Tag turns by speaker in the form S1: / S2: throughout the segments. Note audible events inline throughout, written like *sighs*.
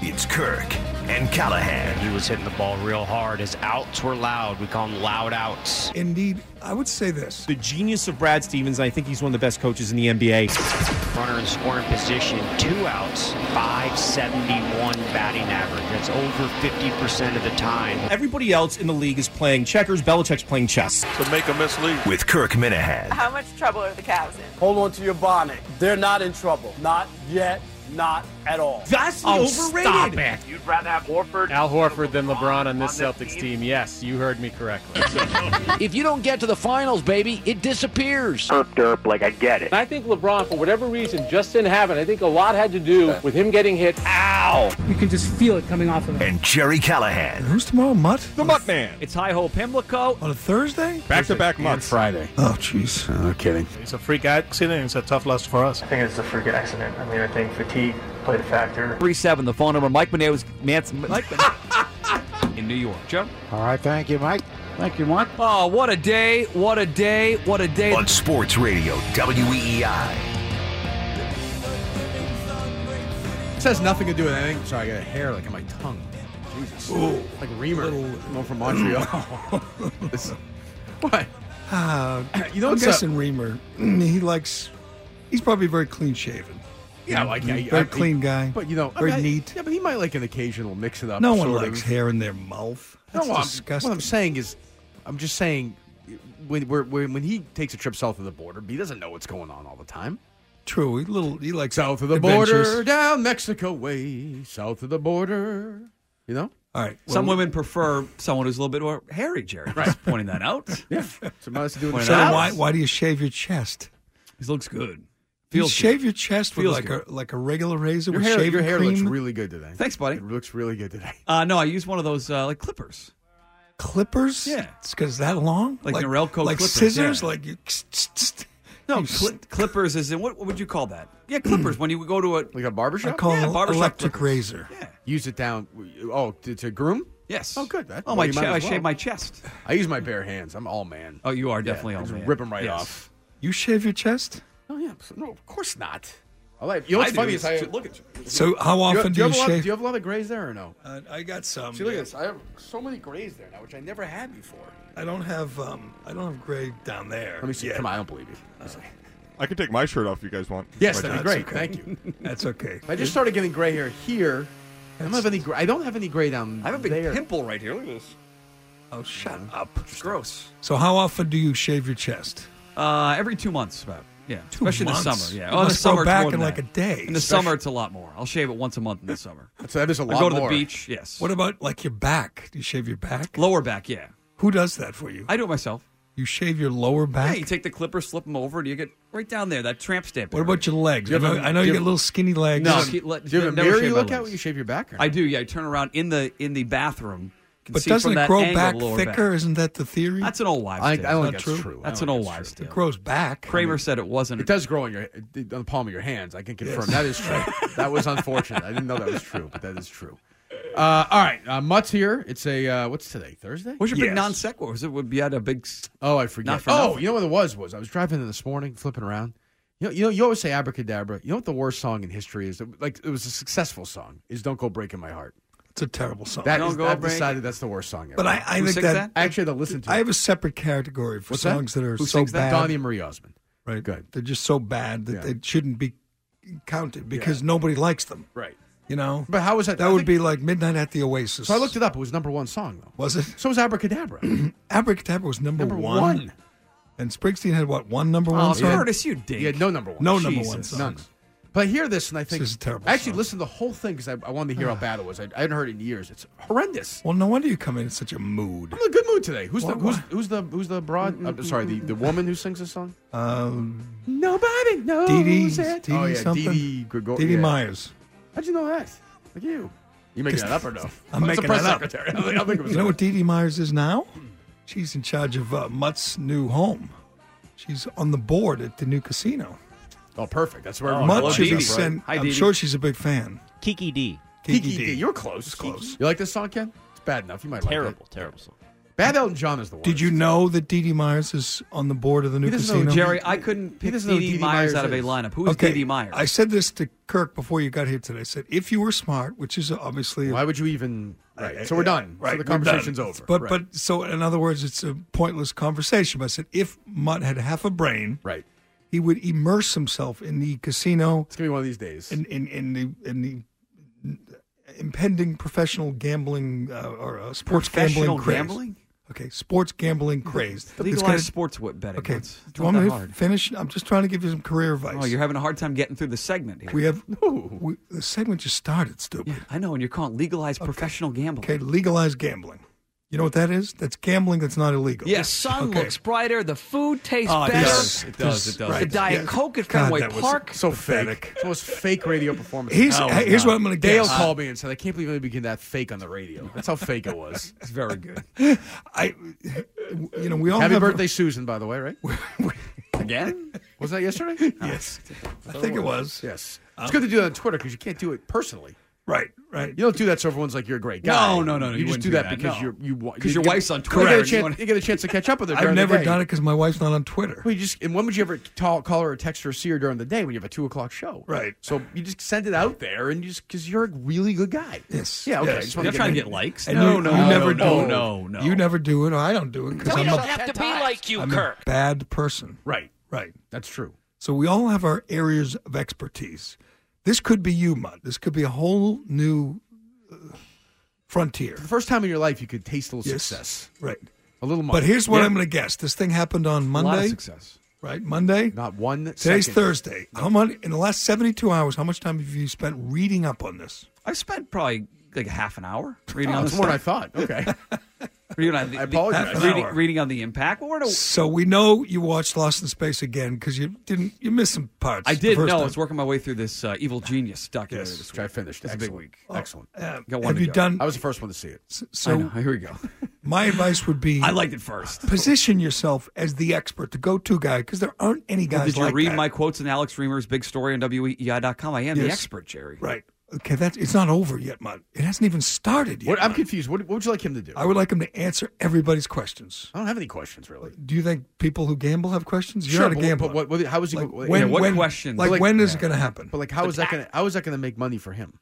S1: It's Kirk and Callahan.
S2: He was hitting the ball real hard. His outs were loud. We call them loud outs.
S3: Indeed, I would say this.
S4: The genius of Brad Stevens, and I think he's one of the best coaches in the NBA.
S2: Runner in scoring position, two outs, 571 batting average. That's over 50% of the time.
S4: Everybody else in the league is playing checkers. Belichick's playing chess.
S5: to make a mislead.
S1: With Kirk Minahan.
S6: How much trouble are the Cavs in?
S7: Hold on to your bonnet. They're not in trouble. Not yet. Not at all.
S4: Vastly Oh,
S8: Oh,
S4: overrated.
S2: Stop it.
S9: You'd rather have Horford.
S10: Al Horford than LeBron on this Celtics team. Yes, you heard me correctly.
S11: If you don't get to the finals, baby, it disappears.
S9: like I get it.
S10: I think LeBron, for whatever reason, just didn't have it. I think a lot had to do with him getting hit.
S12: You can just feel it coming off of him.
S1: And Jerry Callahan.
S3: Who's tomorrow, Mutt?
S5: The Mutt Man.
S4: It's high hole Pimlico.
S3: On a Thursday?
S5: Back to back Mutts.
S11: Friday.
S3: Oh, jeez.
S11: No kidding.
S9: It's a freak accident. It's a tough loss for us.
S12: I think it's a freak accident. I mean, I think fatigue played a factor.
S11: 37, the phone number. Mike Bonet was Mance Mike
S4: In New York. Joe?
S11: All right, thank you, Mike. Thank you, Mike. Oh, what a day. What a day. What a day.
S1: On Sports Radio E WEEI.
S8: This has nothing to do with anything. Sorry, I got a hair like on my tongue. Jesus. Ooh, like Reamer. one from Montreal. This- what?
S3: Uh,
S8: You know
S3: I'm
S8: what's
S3: guessing Reamer. Mm, He likes. He's probably very clean shaven. Mm,
S8: Yeah, like yeah, yeah,
S3: mm-hmm. Very
S8: I-
S3: clean guy.
S8: But you know, I
S3: Very
S8: mean, I-
S3: neat.
S8: Yeah, but he might like an occasional mix it up.
S3: No one
S8: sort
S3: likes
S8: of.
S3: hair in their mouth. That's
S8: No, I'm,
S3: disgusting.
S8: what I'm saying is, I'm just saying, when we're, when when he takes a trip south of the border, he doesn't know what's going on all the time.
S3: True. He little. He likes
S8: South of the
S3: adventures.
S8: border, down Mexico way, south of the border. You know,
S3: All right. well,
S13: Some women prefer someone who's a little bit more hairy, Jerry. Just pointing that out.
S8: yeah, somebody has to do it. in
S13: When
S8: the
S3: So then
S8: South.
S3: why why do you shave your chest?
S13: This looks good.
S3: You
S13: Feels
S3: shave
S13: good.
S3: your chest with
S13: Feels
S3: like
S13: good.
S3: a like a regular razor
S8: Your
S3: with
S8: hair,
S3: shaving
S8: your hair
S3: cream.
S8: looks really good today.
S13: Thanks, buddy.
S8: It looks really good today. *laughs*
S13: Uh, no, I use one of those uh, like clippers.
S3: clippers.
S13: Yeah.
S3: it's because that long.
S13: Like Norelco
S3: like
S13: clippers,
S3: scissors.
S13: yeah.
S3: Like you.
S13: No,
S3: You
S13: cli- clippers is in what, what would you call that? Yeah, clippers. when you go to a
S8: Like a barbershop.
S3: I call
S13: Yeah,
S3: it an
S13: barbershop
S3: electric
S13: clippers.
S3: razor.
S13: yeah,
S8: Use it down. Oh, to, to groom?
S13: yes.
S8: Oh, good. That-
S13: oh
S8: well,
S13: my,
S8: you
S13: che-
S8: might
S13: I
S8: as well.
S13: shave my chest.
S8: I use my bare hands. I'm all man.
S13: Oh, you are definitely
S8: Yeah, I
S13: all
S8: just
S13: man.
S8: rip 'em right
S13: Yes.
S8: off.
S3: You shave your chest.
S8: Oh yeah. So- No, of course not. I like. You know
S13: I
S8: what's
S13: do
S8: funny
S13: is
S8: is I
S13: to look at you.
S3: So how
S8: Do you,
S3: often
S8: do you
S3: do you,
S8: have a lot,
S3: shave?
S8: do you have a lot of grays there or no?
S3: Uh, I got some.
S8: See, look
S3: yeah.
S8: at this. I have so many grays there now, which I never had before.
S3: I don't have um I don't have gray down there.
S8: Let me see.
S3: yet.
S8: Come on, I don't believe you.
S5: I could take my shirt off if you guys want.
S8: Yes,
S5: My
S8: that'd be
S5: jeans.
S8: great. Thank you.
S5: *laughs*
S3: That's okay.
S8: I just started getting gray hair here. I don't have any. Gray, I don't have any gray down
S13: I have a big
S8: there.
S13: pimple right here. Look at this.
S3: Oh shut
S8: Mm-hmm.
S3: up.
S13: It's gross.
S3: So how often do you shave your chest?
S13: Uh, every two months, about yeah,
S3: Two
S13: especially in the
S3: months?
S13: summer. Yeah,
S3: You
S13: in the
S3: must grow
S13: summer it's
S3: back
S13: more than
S3: in like
S13: that.
S3: a day.
S13: In the summer, it's a lot more. I'll shave it once a month in the summer.
S8: So that is a
S13: I
S8: lot
S13: go to
S8: more.
S13: the beach. Yes.
S3: What about like your back? Do you shave your back?
S13: Lower back. Yeah,
S3: Who does that for you?
S13: I do it myself.
S3: You shave your lower
S13: Yeah,
S3: back.
S13: you take the clipper, slip them over, and you get right down there. That tramp stamp.
S3: what about your legs?
S8: Do you
S3: I
S8: have
S3: know,
S8: a-
S3: I know
S8: do you
S3: you got
S8: have-
S3: little skinny legs.
S13: No,
S8: Just-
S13: keep- let-
S8: do you have a
S13: never
S8: mirror
S13: shave
S8: you
S13: my
S8: look at
S13: legs.
S8: when you shave your back? Or
S13: I do. Yeah, I turn around in the in the bathroom. Can
S3: but
S13: see from
S3: doesn't it
S13: that
S3: grow
S13: angle,
S3: back
S13: lower
S3: thicker? Isn't that the theory?
S13: That's an old wives'
S8: I, I don't think
S13: tale.
S3: Not
S8: that's
S3: true.
S8: true. I
S13: That's
S8: don't
S13: an old
S8: think
S13: wives'
S3: it
S13: tale.
S3: grows back.
S13: Kramer said it wasn't.
S8: It does grow on your on the palm of your hands. I can confirm that is
S13: *laughs*
S8: true. that was unfortunate. I didn't know that was true, but that is true. Uh, all right, uh, Mutt's here. It's a uh, what's today? Thursday.
S13: What's your
S3: Yes.
S13: big non sequitur? Was it would be at a big? s-
S8: Oh, I forget.
S13: Not for
S8: oh,
S13: nothing.
S8: you know what it was? Was I was driving in this morning, flipping around. You know, you know, you always say abracadabra. You know what the worst song in history is? Like it was a successful song. Is "Don't Go Breaking My Heart."
S3: It's a terrible song.
S8: That
S13: Oh, Don't
S8: is,
S13: Go
S8: I've
S13: Break-
S8: decided that's the worst song ever.
S3: but I, I
S13: Who
S3: think
S13: sings
S3: that,
S13: that?
S8: I actually had to listen to.
S3: I
S8: it.
S3: have a separate category for
S8: What's that?
S3: songs that, are
S13: Who
S3: so
S13: sings
S3: bad.
S13: that?
S8: Donnie and Marie Osmond.
S3: Right.
S8: Good.
S3: They're just so bad that
S8: Yeah.
S3: they shouldn't be counted because nobody likes them.
S8: Right.
S3: You know.
S8: But how was that?
S3: that
S8: I
S3: would
S8: think-
S3: be like Midnight at the Oasis.
S8: So I looked it up. It was number one song though.
S3: Was it
S8: So was
S3: *clears throat*
S8: abracadabra.
S3: Abracadabra was number,
S8: number
S3: one.
S8: one.
S3: and Springsteen had what one number one
S13: Oh,
S3: song?
S13: Curtis, you dig.
S8: Yeah, no number one.
S3: No number one
S13: Jesus.
S3: song.
S8: None. But I hear this and I think
S3: is a terrible
S8: I actually
S3: song.
S8: listened to the whole thing because I, I wanted to hear how bad it was. I, I hadn't heard it in years. It's horrendous.
S3: Well, no wonder you come in, in such a mood.
S8: I'm in a good mood today. Who's the
S3: Why-
S8: who's,
S3: why?
S8: who's the who's the broad? I'm sorry, the, the woman who sings this song.
S3: Um,
S8: Nobody knows
S3: Dee Dee,
S8: it.
S3: Dee
S8: oh
S3: Dee
S8: yeah,
S3: something?
S8: Dee Dee Gregor-
S3: Dee Dee
S8: yeah.
S3: Myers.
S8: How'd you know that? Like you, you making that up or no?
S3: *laughs* I'm
S8: It's a
S3: making
S8: press
S3: that up.
S8: secretary. *laughs* I don't think it was
S3: You know
S8: her.
S3: what Dee Dee Myers is now?
S8: Hmm.
S3: She's in charge of uh, Mutt's new home. She's on the board at the new casino.
S8: Oh, perfect. That's where
S3: Mutt
S8: everyone
S3: should be
S8: should
S3: sent.
S13: Hi,
S3: I'm
S13: Dee Dee.
S3: sure she's a big fan.
S2: Kiki D.
S8: Kiki D. You're close.
S3: Close.
S8: You like this song, Ken? It's bad enough. You might like it.
S2: Terrible, terrible song.
S8: Bad Elton John is the
S3: Did you know that Dee Dee Myers is on the board of the new casino?
S13: Jerry, I couldn't pick
S8: doesn't know who
S13: Dee Dee
S8: Dee Dee
S13: Myers
S8: Myers
S13: out of a
S8: is.
S13: lineup. Who is
S3: Okay,
S13: Dee Dee Myers?
S3: I said this to Kirk before you got here today. I said, if you were smart, which is obviously. Why
S8: would you even. Right. So
S3: I-
S8: we're done. So
S3: Right.
S8: the
S3: we're
S8: conversation's
S3: done.
S8: over.
S3: But,
S8: Right.
S3: but, so in other words, it's a pointless conversation. But I said, if Mutt had half a brain.
S8: Right.
S3: He would immerse himself in the casino. It's
S8: gonna be one of these days.
S3: In in, in the in the impending professional gambling uh, or uh, sports
S13: Professional
S3: gambling craze.
S13: gambling?
S3: Okay, sports gambling craze. It's
S13: Legalized
S3: gonna-
S13: sports wet betting.
S3: Okay,
S13: It's
S3: do you
S13: not
S3: want me
S13: that
S3: to
S13: hard.
S3: finish? I'm just trying to give you some career advice.
S13: Oh, you're having a hard time getting through the segment here.
S3: We have we, the segment just started. Stupid.
S13: I know, and you're calling legalized professional gambling.
S3: Okay, legalized gambling. You know what that is? That's gambling that's not illegal.
S13: Yes.
S11: The sun
S3: Okay.
S11: looks brighter. The food tastes
S3: Oh, it
S11: better.
S3: does. It does, it
S11: The
S3: does. Right.
S11: Diet
S3: Yeah.
S11: Coke at
S3: God,
S11: Fenway
S3: that was
S11: Park.
S8: So
S3: pathetic.
S8: fake. It's the most fake radio performance.
S3: Here's-
S8: No,
S3: hey,
S8: it's
S3: here's
S8: not.
S3: what I'm gonna
S8: Dale
S3: guess.
S8: called me and said, I can't believe anybody can that fake on the radio. That's how fake it was.
S3: *laughs*
S8: it's very good.
S3: I, you know, we all
S8: Happy
S3: have-
S8: birthday, Susan, by the way,
S3: *laughs*
S8: right? Again? Was that yesterday? Oh,
S3: yes. Uh, I think it was.
S8: Yes. it's good to do that on Twitter because you can't do it personally.
S3: Right, right. You
S8: don't do that so everyone's like you're a great
S3: No,
S8: guy.
S3: no, no, no,
S8: You,
S3: you
S8: just
S3: wouldn't
S8: do
S3: do
S8: that,
S3: that,
S8: because
S3: no.
S8: you're you wa-
S3: 'Cause
S8: you
S3: your
S8: get-
S3: wife's on
S8: you
S3: Twitter
S8: Get a
S3: and you
S8: chance,
S3: wanna-
S8: you get a chance to catch up with her.
S3: I've
S8: during the
S3: never
S8: day.
S3: done it because my wife's not on Twitter.
S8: Well, you just and when would you ever call, call her or text her, see her during the day when you have a two o'clock show?
S3: Right.
S8: So you just send it out there and you just because you're a really good guy.
S3: Yes.
S8: Yeah. Okay.
S3: Yes.
S8: I just wanted
S3: You're not trying to
S8: that-
S3: get likes? And No, you- no, you no, never no, do. no,
S8: no.
S3: You never do it, or I don't do it because
S8: We
S3: I'm
S8: don't
S3: a,
S8: have to be like you,
S3: I'm
S8: Kirk.
S3: a bad person.
S8: Right.
S3: Right.
S8: That's true.
S3: So we all have our areas of expertise. This could be you, Mutt. This could be a whole new uh, frontier.
S8: The first time in your life you could taste a little
S3: Yes.
S8: success.
S3: Right.
S8: A little.
S3: But
S8: money.
S3: here's what
S8: Yeah.
S3: I'm going to guess. This thing happened on
S8: A
S3: Monday.
S8: lot of success.
S3: Right, Monday.
S8: Not one.
S3: Today's
S8: second.
S3: Thursday. How much in the last 72 hours? How much time have you spent reading up on this?
S13: I've spent probably like half an hour reading
S3: Oh,
S13: on
S3: it's
S13: this.
S3: more than
S8: I thought. Okay. *laughs*
S13: reading on the, I
S3: apologize.
S13: reading,
S3: Half an hour.
S13: reading on the impact. Well, where do
S3: So we know you watched Lost in Space again because you didn't. You missed some parts.
S13: I did
S3: the first
S13: know. I
S3: time.
S13: was working my way through this uh, Evil Genius documentary
S3: Yes,
S13: this
S8: week. I finished.
S13: It's a big
S8: Excellent. Oh.
S13: week.
S8: Excellent.
S13: Got one
S3: have
S13: to
S3: you
S13: go.
S3: done?
S8: I was the first one to see it.
S3: So
S13: I know. here we go.
S3: My advice would be
S13: I liked it first.
S3: Position yourself as the expert, the go-to guy, because there aren't any guys
S13: Well, did you
S3: like
S13: read
S3: that.
S13: my quotes in Alex Reamer's big story on weei.com? I am the
S3: Yes.
S13: expert, Jerry.
S3: Right. Okay, that's it's not over yet, Mutt. It hasn't even started yet.
S8: What, I'm confused. What, what would you like him to do?
S3: I would like him to answer everybody's questions.
S8: I don't have any questions really.
S3: Do you think people who gamble have questions? You're
S8: sure,
S3: not a
S8: but,
S3: gambler.
S8: But what, what, how is he?
S3: Like,
S8: what-
S3: when- Yeah, what when- questions? like, when is it gonna happen?
S8: But like, how
S3: The
S8: is that going? to How is that going to make money for him?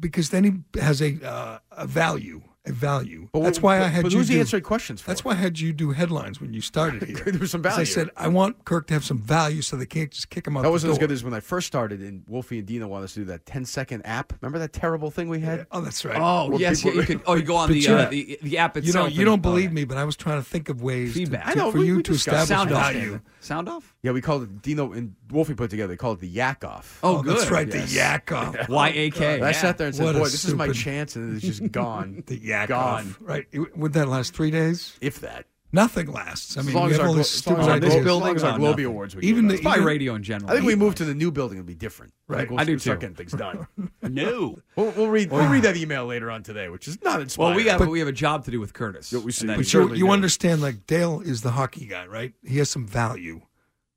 S3: because then he has a uh, a value, a value.
S8: But
S3: that's
S8: wh-
S3: why I
S8: but-
S3: had
S8: but
S3: you
S8: who's he
S3: do,
S8: answering questions for?
S3: That's why I had you do headlines when
S8: *laughs*
S3: you started here.
S8: There was some
S3: 'Cause I
S8: value.
S3: said I want Kirk to have some value, so they can't just kick him out.
S8: That
S3: the
S8: wasn't as
S3: door.
S8: good as when I first started, and Wolfie and Dina wanted us to do that 10 second app. Remember that terrible thing we had?
S3: Oh, that's right.
S13: Oh,
S8: Where
S13: yes, yeah,
S3: *laughs*
S8: people-
S13: you could. Oh, you go on
S3: But
S13: the,
S3: yeah.
S13: uh, the the app
S3: You know,
S13: itself.
S3: you
S8: Oh,
S13: and-
S3: don't believe me, but I was trying to think of ways to-
S13: Feedback.
S3: to-
S13: I know,
S3: for
S13: we-
S3: you
S13: we
S3: to
S13: discussed
S3: establish
S13: sound off,
S3: value.
S13: Sound off?
S8: Yeah, we called it Dino and Wolfie put together. They called it the yak off.
S13: Oh, Oh, good. that's right,
S3: the yak off.
S8: Y
S13: A
S8: K.
S13: K,
S8: I
S13: yeah.
S8: sat there and said,
S3: What a
S8: "Boy, this is my
S3: stupid-
S8: chance," and it's just gone.
S3: *laughs* the yak
S8: gone.
S3: off, right? It- Would that last three days?
S8: If that.
S3: Nothing lasts. I
S8: As
S3: mean,
S8: long
S3: we
S8: as
S3: have
S8: our
S3: all
S8: glo-
S3: these
S8: as
S3: stupid
S8: long as our
S3: ideas.
S8: glo- as long as our
S13: No,
S8: Globie
S13: nothing.
S8: Awards, we give
S3: Even the-
S8: out.
S3: It's probably even-
S13: radio in general.
S8: I think we move to the new building; it'll be different.
S3: Right.
S8: Like, we'll,
S13: I do
S8: we'll start
S13: too.
S8: getting things
S3: *laughs*
S8: done. no, we'll, we'll read.
S3: Oh.
S8: We'll read that email later on today, which is not inspiring.
S13: Well, we have we have a job to do with Curtis. we see.
S3: But you, you understand, like Dale is the hockey guy, right? He has some value.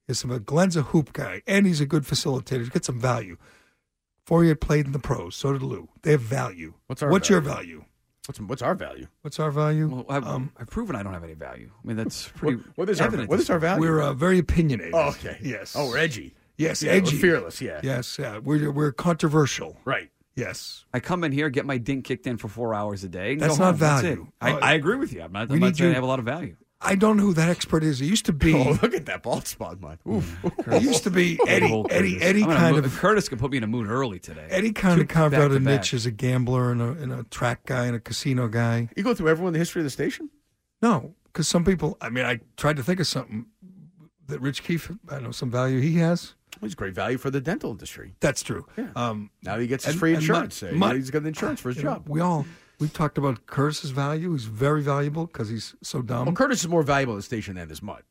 S3: He has some. Uh, Glenn's a hoop guy, and he's a good facilitator. He's got some value. Fourier played in the pros. So did Lou. They have value.
S8: What's our
S3: What's
S8: value?
S3: your value?
S8: What's what's our value?
S3: What's our value?
S13: Well, I've,
S3: Um,
S13: I've proven I don't have any value. I mean, that's pretty.
S8: What, what is our
S13: evident
S8: what is our value?
S3: We're uh, very opinionated.
S8: Oh, okay.
S3: Yes.
S8: Oh, we're edgy.
S3: Yes,
S8: Yeah, we're
S3: edgy.
S8: fearless, yeah.
S3: Yes, yeah. We're we're controversial.
S8: Right.
S3: Yes.
S13: I come in here, get my dink kicked in for four hours a day. and
S3: That's
S13: go home.
S3: not
S13: it.
S3: value. Uh,
S13: I, I agree with you. I'm not,
S3: we
S13: I'm not
S3: need
S13: saying
S3: you-
S13: I have a lot of value.
S3: I don't know who that expert is. It used to be.
S8: *laughs* Oh, look at that bald spot, man. Oof.
S3: It used to be Eddie.
S13: Whole
S3: Eddie.
S13: Curtis.
S3: Eddie
S13: I'm gonna
S3: kind
S13: move- *laughs*
S3: of.
S13: Curtis can put me in a mood early today.
S3: Eddie kind
S13: Two
S3: of carved
S13: back
S3: out
S13: to
S3: a
S13: back.
S3: niche as a gambler and a, and a track guy and a casino guy.
S8: You go through everyone in the history of the station?
S3: No, because some people. I mean, I tried to think of something that Rich Keefe. I know some value he has.
S8: It's great value for the dental industry.
S3: That's true.
S8: Yeah.
S3: Um,
S8: Now he gets his
S3: and-
S8: free
S3: and
S8: insurance.
S3: Mutt-
S8: eh? You know,
S3: Mutt-
S8: he's got the insurance for his
S3: you know,
S8: job.
S3: we all we've talked about Curtis's value. He's very valuable because he's so dumb.
S8: well, Curtis is more valuable at the station than this Mutt.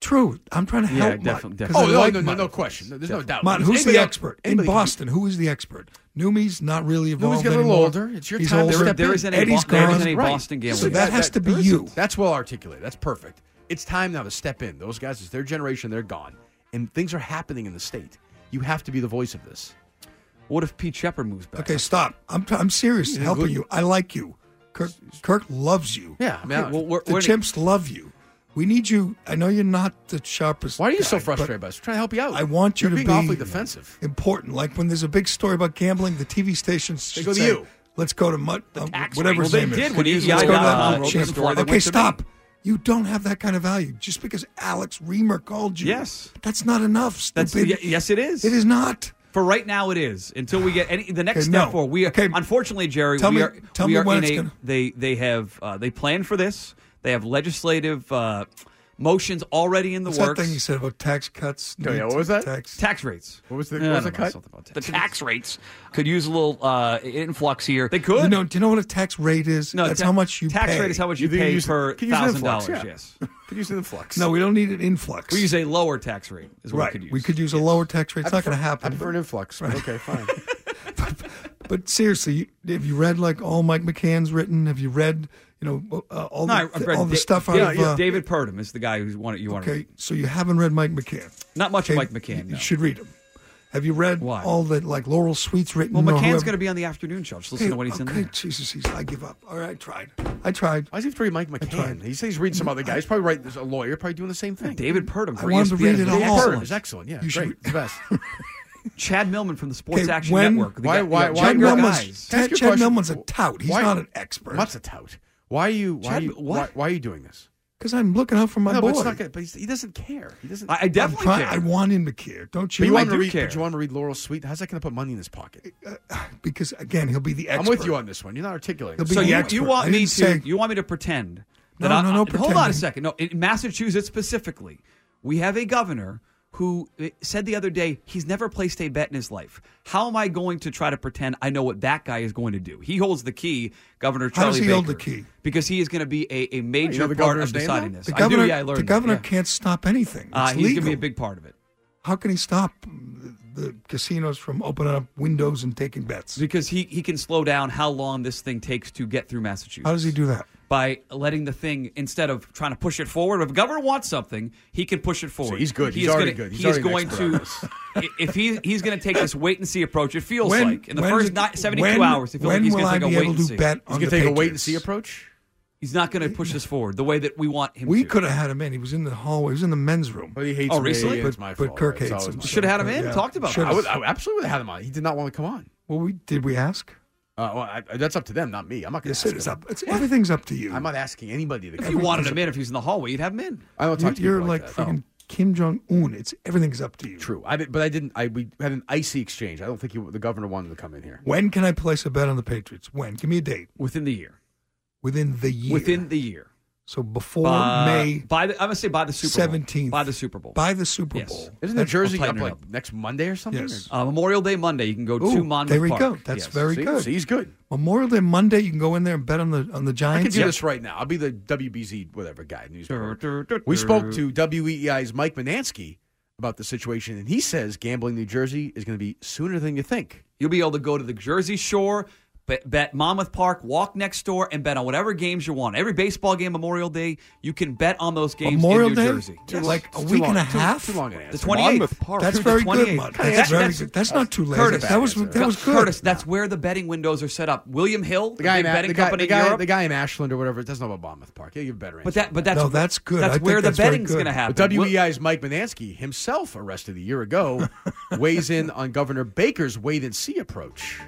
S3: True. I'm trying to
S8: Yeah,
S3: help. Mutt,
S8: definitely,
S3: 'cause
S8: definitely.
S3: I
S8: Oh, no,
S3: like
S8: no, no,
S3: Mutt.
S8: no question. No, there's no doubt.
S3: Mutt, who's
S8: Anybody
S3: the
S8: else-
S3: expert in
S8: anybody can-
S3: Boston? Who is the expert? Numi's not really
S8: No, he's
S3: involved.
S8: getting a little
S3: anymore.
S8: older. It's your
S3: He's
S8: time. to
S3: older.
S8: step in.
S13: isn't any Eddie's Bo- there gone. isn't any Boston gambler.
S3: So that has to be
S8: there
S3: you.
S8: isn't. That's well articulated. That's perfect. It's time now to step in. Those guys, it's their generation. They're gone, and things are happening in the state. You have to be the voice of this.
S13: What if Pete Shepard moves back?
S3: Okay, stop. I'm, I'm serious.
S8: Yeah,
S3: Helping
S8: good.
S3: you. I like you. Kirk, Kirk loves you.
S8: Yeah, I mean, I- well, we're-
S3: the
S8: we're-
S3: chimps love you. We need you. I know you're not the sharpest.
S8: Why are you so
S3: guy,
S8: frustrated
S3: but
S8: by us? We're trying to help you
S13: Oh,
S8: out.
S3: I want you
S8: You're
S3: to
S8: being
S3: be
S8: awfully
S3: *laughs*
S8: defensive.
S3: Important. Like when there's a big story about gambling, the TV stations
S8: They
S3: should
S8: go to
S3: say,
S8: you.
S3: Let's go to Mut, uh,
S8: tax
S3: whatever
S8: rate.
S3: his
S8: Well, they
S3: name
S8: did
S3: is.
S8: when he-
S3: Let's
S8: yeah,
S3: go to
S8: yeah,
S3: that
S8: uh,
S3: little
S8: wrote the
S3: chimp.
S8: story that
S3: Okay,
S8: went to me.
S3: stop. You don't have that kind of value just because Alex Reamer called you.
S13: Yes.
S3: that's not enough.
S13: That's
S3: stupid.
S13: y- yes, it is.
S3: It is not.
S13: For right now, it is until we get any the next
S3: Okay,
S13: step
S3: no.
S13: forward. We are, unfortunately, Jerry,
S3: Tell
S13: we
S3: me-
S13: are
S3: tell
S13: we
S3: me
S13: are
S3: when
S13: in
S3: it's
S13: a
S3: gonna-
S13: they they have uh, they plan for this. They have legislative uh, motions already in the
S3: What's that
S13: works.
S3: thing you said about tax cuts?
S13: Oh, yeah, what was
S3: that? Tax.
S13: Tax rates. What was
S3: the- what was the cut?
S13: The tax rates could use a little uh, influx here. They could.
S3: You know, do you know what a tax rate is?
S13: No,
S3: that's
S13: ta-
S3: how much you
S13: tax
S3: pay.
S13: rate is how much you, pay per
S3: can use an
S13: thousand
S3: influx,
S13: dollars.
S3: yeah.
S13: Yes, could use an influx.
S3: No, we don't need an influx.
S13: We use a lower tax rate. Is what
S3: right.
S13: we could use.
S3: a lower tax rate. It's
S13: I
S3: not going
S13: prefer-
S3: to happen.
S13: I prefer
S3: but-
S13: an influx,
S8: but *laughs* okay, fine.
S3: but, but seriously, you, have you read like all Mike McCann's written? Have you read you know uh, all
S13: No, I-
S3: the
S13: I've read
S3: all the
S13: Da-
S3: stuff out
S13: yeah,
S3: of?
S13: yeah,
S3: uh,
S13: David Purdom is the guy who's one you want to
S3: okay,
S13: read.
S3: so you haven't read Mike McCann.
S13: Not much
S3: Okay,
S13: Mike McCann.
S3: You
S13: No.
S3: should read him. Have you read
S13: Why?
S3: all the like Laurel Sweet's written?
S13: Well,
S3: or
S13: McCann's
S3: whoever-
S13: going to be on the afternoon show. Just listen
S3: Okay,
S13: to what he's in
S3: okay,
S13: there.
S3: Jesus, he's, I give up. All right, I tried. I tried.
S8: Why does he have to read Mike McCann? He says he's reading some other guy. He's probably right. There's a lawyer probably doing the same thing.
S13: David E Purdom.
S8: I
S13: for
S8: wanted to
S13: ESPN.
S8: read it
S13: He's
S8: all.
S13: Excellent.
S8: It's excellent, yeah,
S13: You should
S8: great.
S13: read-
S8: The *laughs* best.
S13: Chad Millman from the Sports
S3: Okay,
S13: Action
S3: when-
S13: Network. The
S8: Why-
S13: guy-
S8: why-
S13: the
S8: why-
S13: Chad
S8: Chad
S13: Millman's-
S8: Millman's-
S13: Can I ask
S3: Chad,
S13: you a
S3: Chad
S13: question?
S3: Millman's a tout. He's
S8: Why-
S3: not an expert.
S8: What's a tout? Why are you? Why
S13: Chad-
S8: are you? Why,
S13: what?
S8: why are you doing this?
S3: Because I'm looking out for my
S8: no,
S3: boy.
S8: but it's not good. But he's- he doesn't care. He doesn't.
S13: I- I definitely
S3: I'm try-
S13: care.
S3: I want him to care. Don't you?
S8: But you want him to
S3: do
S8: read? But you want him to read Laurel Sweet? How's that going to put money in his pocket?
S3: because again, he'll be the expert.
S8: I'm with you on this one. You're not articulating.
S3: He'll
S8: this.
S13: So
S3: be
S13: you,
S3: expert.
S13: you want
S3: I
S13: me to
S3: didn't say-
S13: you want me to pretend
S3: No,
S13: that I,
S3: no, no
S13: I- hold on
S3: pretending.
S13: a second. No, in Massachusetts specifically, we have a governor who eh, said the other day he's never placed a bet in his life. How am I going to try to pretend I know what that guy is going to do? He holds the key, Governor
S3: How does
S13: Charlie
S3: he
S13: Baker,
S3: hold the key?
S13: because he is going to be a, a major
S8: the
S13: part
S8: governor's
S13: of
S8: name,
S13: deciding
S8: though?
S13: this.
S3: The governor,
S13: I do, yeah, I learned
S3: the governor
S13: that, yeah.
S3: can't stop anything. It's
S13: Uh, he's going to
S3: legal.
S13: be a big part of it
S3: How can he stop the, the casinos from opening up windows and taking bets?
S13: because he he can slow down how long this thing takes to get through Massachusetts.
S3: How does he do that?
S13: by letting the thing instead of trying to push it forward. If a governor wants something, he can push it forward.
S8: See, he's good.
S13: He
S8: He's
S13: is
S8: already
S13: gonna-
S8: good. He's
S13: he is
S8: already an
S13: going to. *laughs* if he he's going to take this wait and see approach, it feels
S3: When-
S13: like in the
S3: when
S13: first
S3: is it-
S13: ni- seventy-two
S3: when-
S13: hours, it feels like
S3: when
S13: he's
S3: will
S13: going
S3: I
S13: to take
S3: be
S13: a wait
S3: able
S13: and
S3: to
S13: see.
S3: bet
S8: He's
S3: on
S8: going to
S3: the
S8: take a wait and
S3: Patriots.
S8: see approach.
S13: He's not going to push this forward the way that we want him.
S3: We
S13: to.
S3: could have had him in. He was in the hallway. He was in the men's room.
S8: But he hates
S13: Oh,
S8: me.
S13: recently?
S8: and
S3: But-
S8: it's my
S3: but
S8: fault.
S3: Kirk
S8: It's
S3: hates
S8: always
S3: him.
S8: my
S13: Should have had him in.
S3: Yeah.
S13: Talked about.
S3: Should've.
S13: it.
S8: I, would, I absolutely would have had him on. He did not want to come on.
S3: Well, we did we ask?
S8: Uh, well, I, that's up to them, not me. I'm not going to
S3: Yes,
S8: ask
S3: it is
S8: them.
S3: up. It's, everything's up to you.
S8: I'm not asking anybody to
S13: If
S8: come.
S13: you
S8: on.
S13: wanted him in, if he's in the hallway, you'd have him in.
S8: I don't talk to
S3: You- You're
S8: people
S3: like,
S8: like, that. Oh.
S3: fucking Kim Jong Un. It's everything's up to you.
S8: True. I but I didn't. I we had an icy exchange. I don't think he, the governor wanted to come in here.
S3: When can I place a bet on the Patriots? When? Give me a date.
S13: Within the year.
S3: Within the year.
S13: Within the year.
S3: so before
S13: By-
S3: May
S13: By the, I'm going to say by the Super Bowl.
S3: 17th.
S13: By the Super Bowl.
S3: by the Super
S13: Yes.
S3: Bowl.
S8: Isn't the
S3: That's-
S8: jersey
S13: I'll
S8: up
S13: tighten it
S8: like
S13: up.
S8: next Monday or something?
S3: Yes.
S13: uh, Memorial Day Monday, you can go
S3: Ooh,
S13: to Monmouth
S3: there we
S13: Park.
S3: go. That's
S13: Yes.
S3: very
S8: See?
S3: good.
S8: See, he's good.
S3: Memorial Day Monday, you can go in there and bet on the on the
S8: I
S3: Giants.
S8: can do this right now. I'll be the WBZ whatever guy. News
S13: Dur, dur, dur,
S8: we
S13: dur.
S8: spoke to WEEI's Mike Manansky about the situation, and he says gambling in New Jersey is going to be sooner than you think.
S13: You'll be able to go to the Jersey Shore, bet, bet Monmouth Park, walk next door, and bet on whatever games you want. Every baseball game, Memorial Day, you can bet on those games
S3: Memorial
S13: in New
S3: Day,
S13: Jersey.
S3: Dude, like
S8: It's
S3: a
S8: too
S3: week
S8: long-
S3: and a
S8: too-
S3: half.
S8: Too, long an
S13: The
S8: answer.
S13: 28th.
S3: That's
S13: Dude, the
S3: very good,
S13: 28th.
S3: Mud. That's very good. That's not too late.
S13: Curtis,
S3: That was that was good.
S13: Curtis, that's where the betting windows are set up. William Hill,
S8: The guy, in,
S13: big
S8: A-
S13: betting
S8: the, guy,
S13: company
S8: the,
S13: in
S8: guy,
S13: Europe.
S8: the guy in Ashland or whatever, it doesn't know about Monmouth Park. Yeah, you better answer.
S13: but that, but that's
S3: No, that's good. I
S13: That's
S3: think
S13: where
S3: that's
S13: the
S3: very
S13: betting's
S3: good.
S13: going to happen.
S8: But WEI's Mike Manansky, himself arrested a year *laughs* ago, weighs in on Governor Baker's wait and see approach.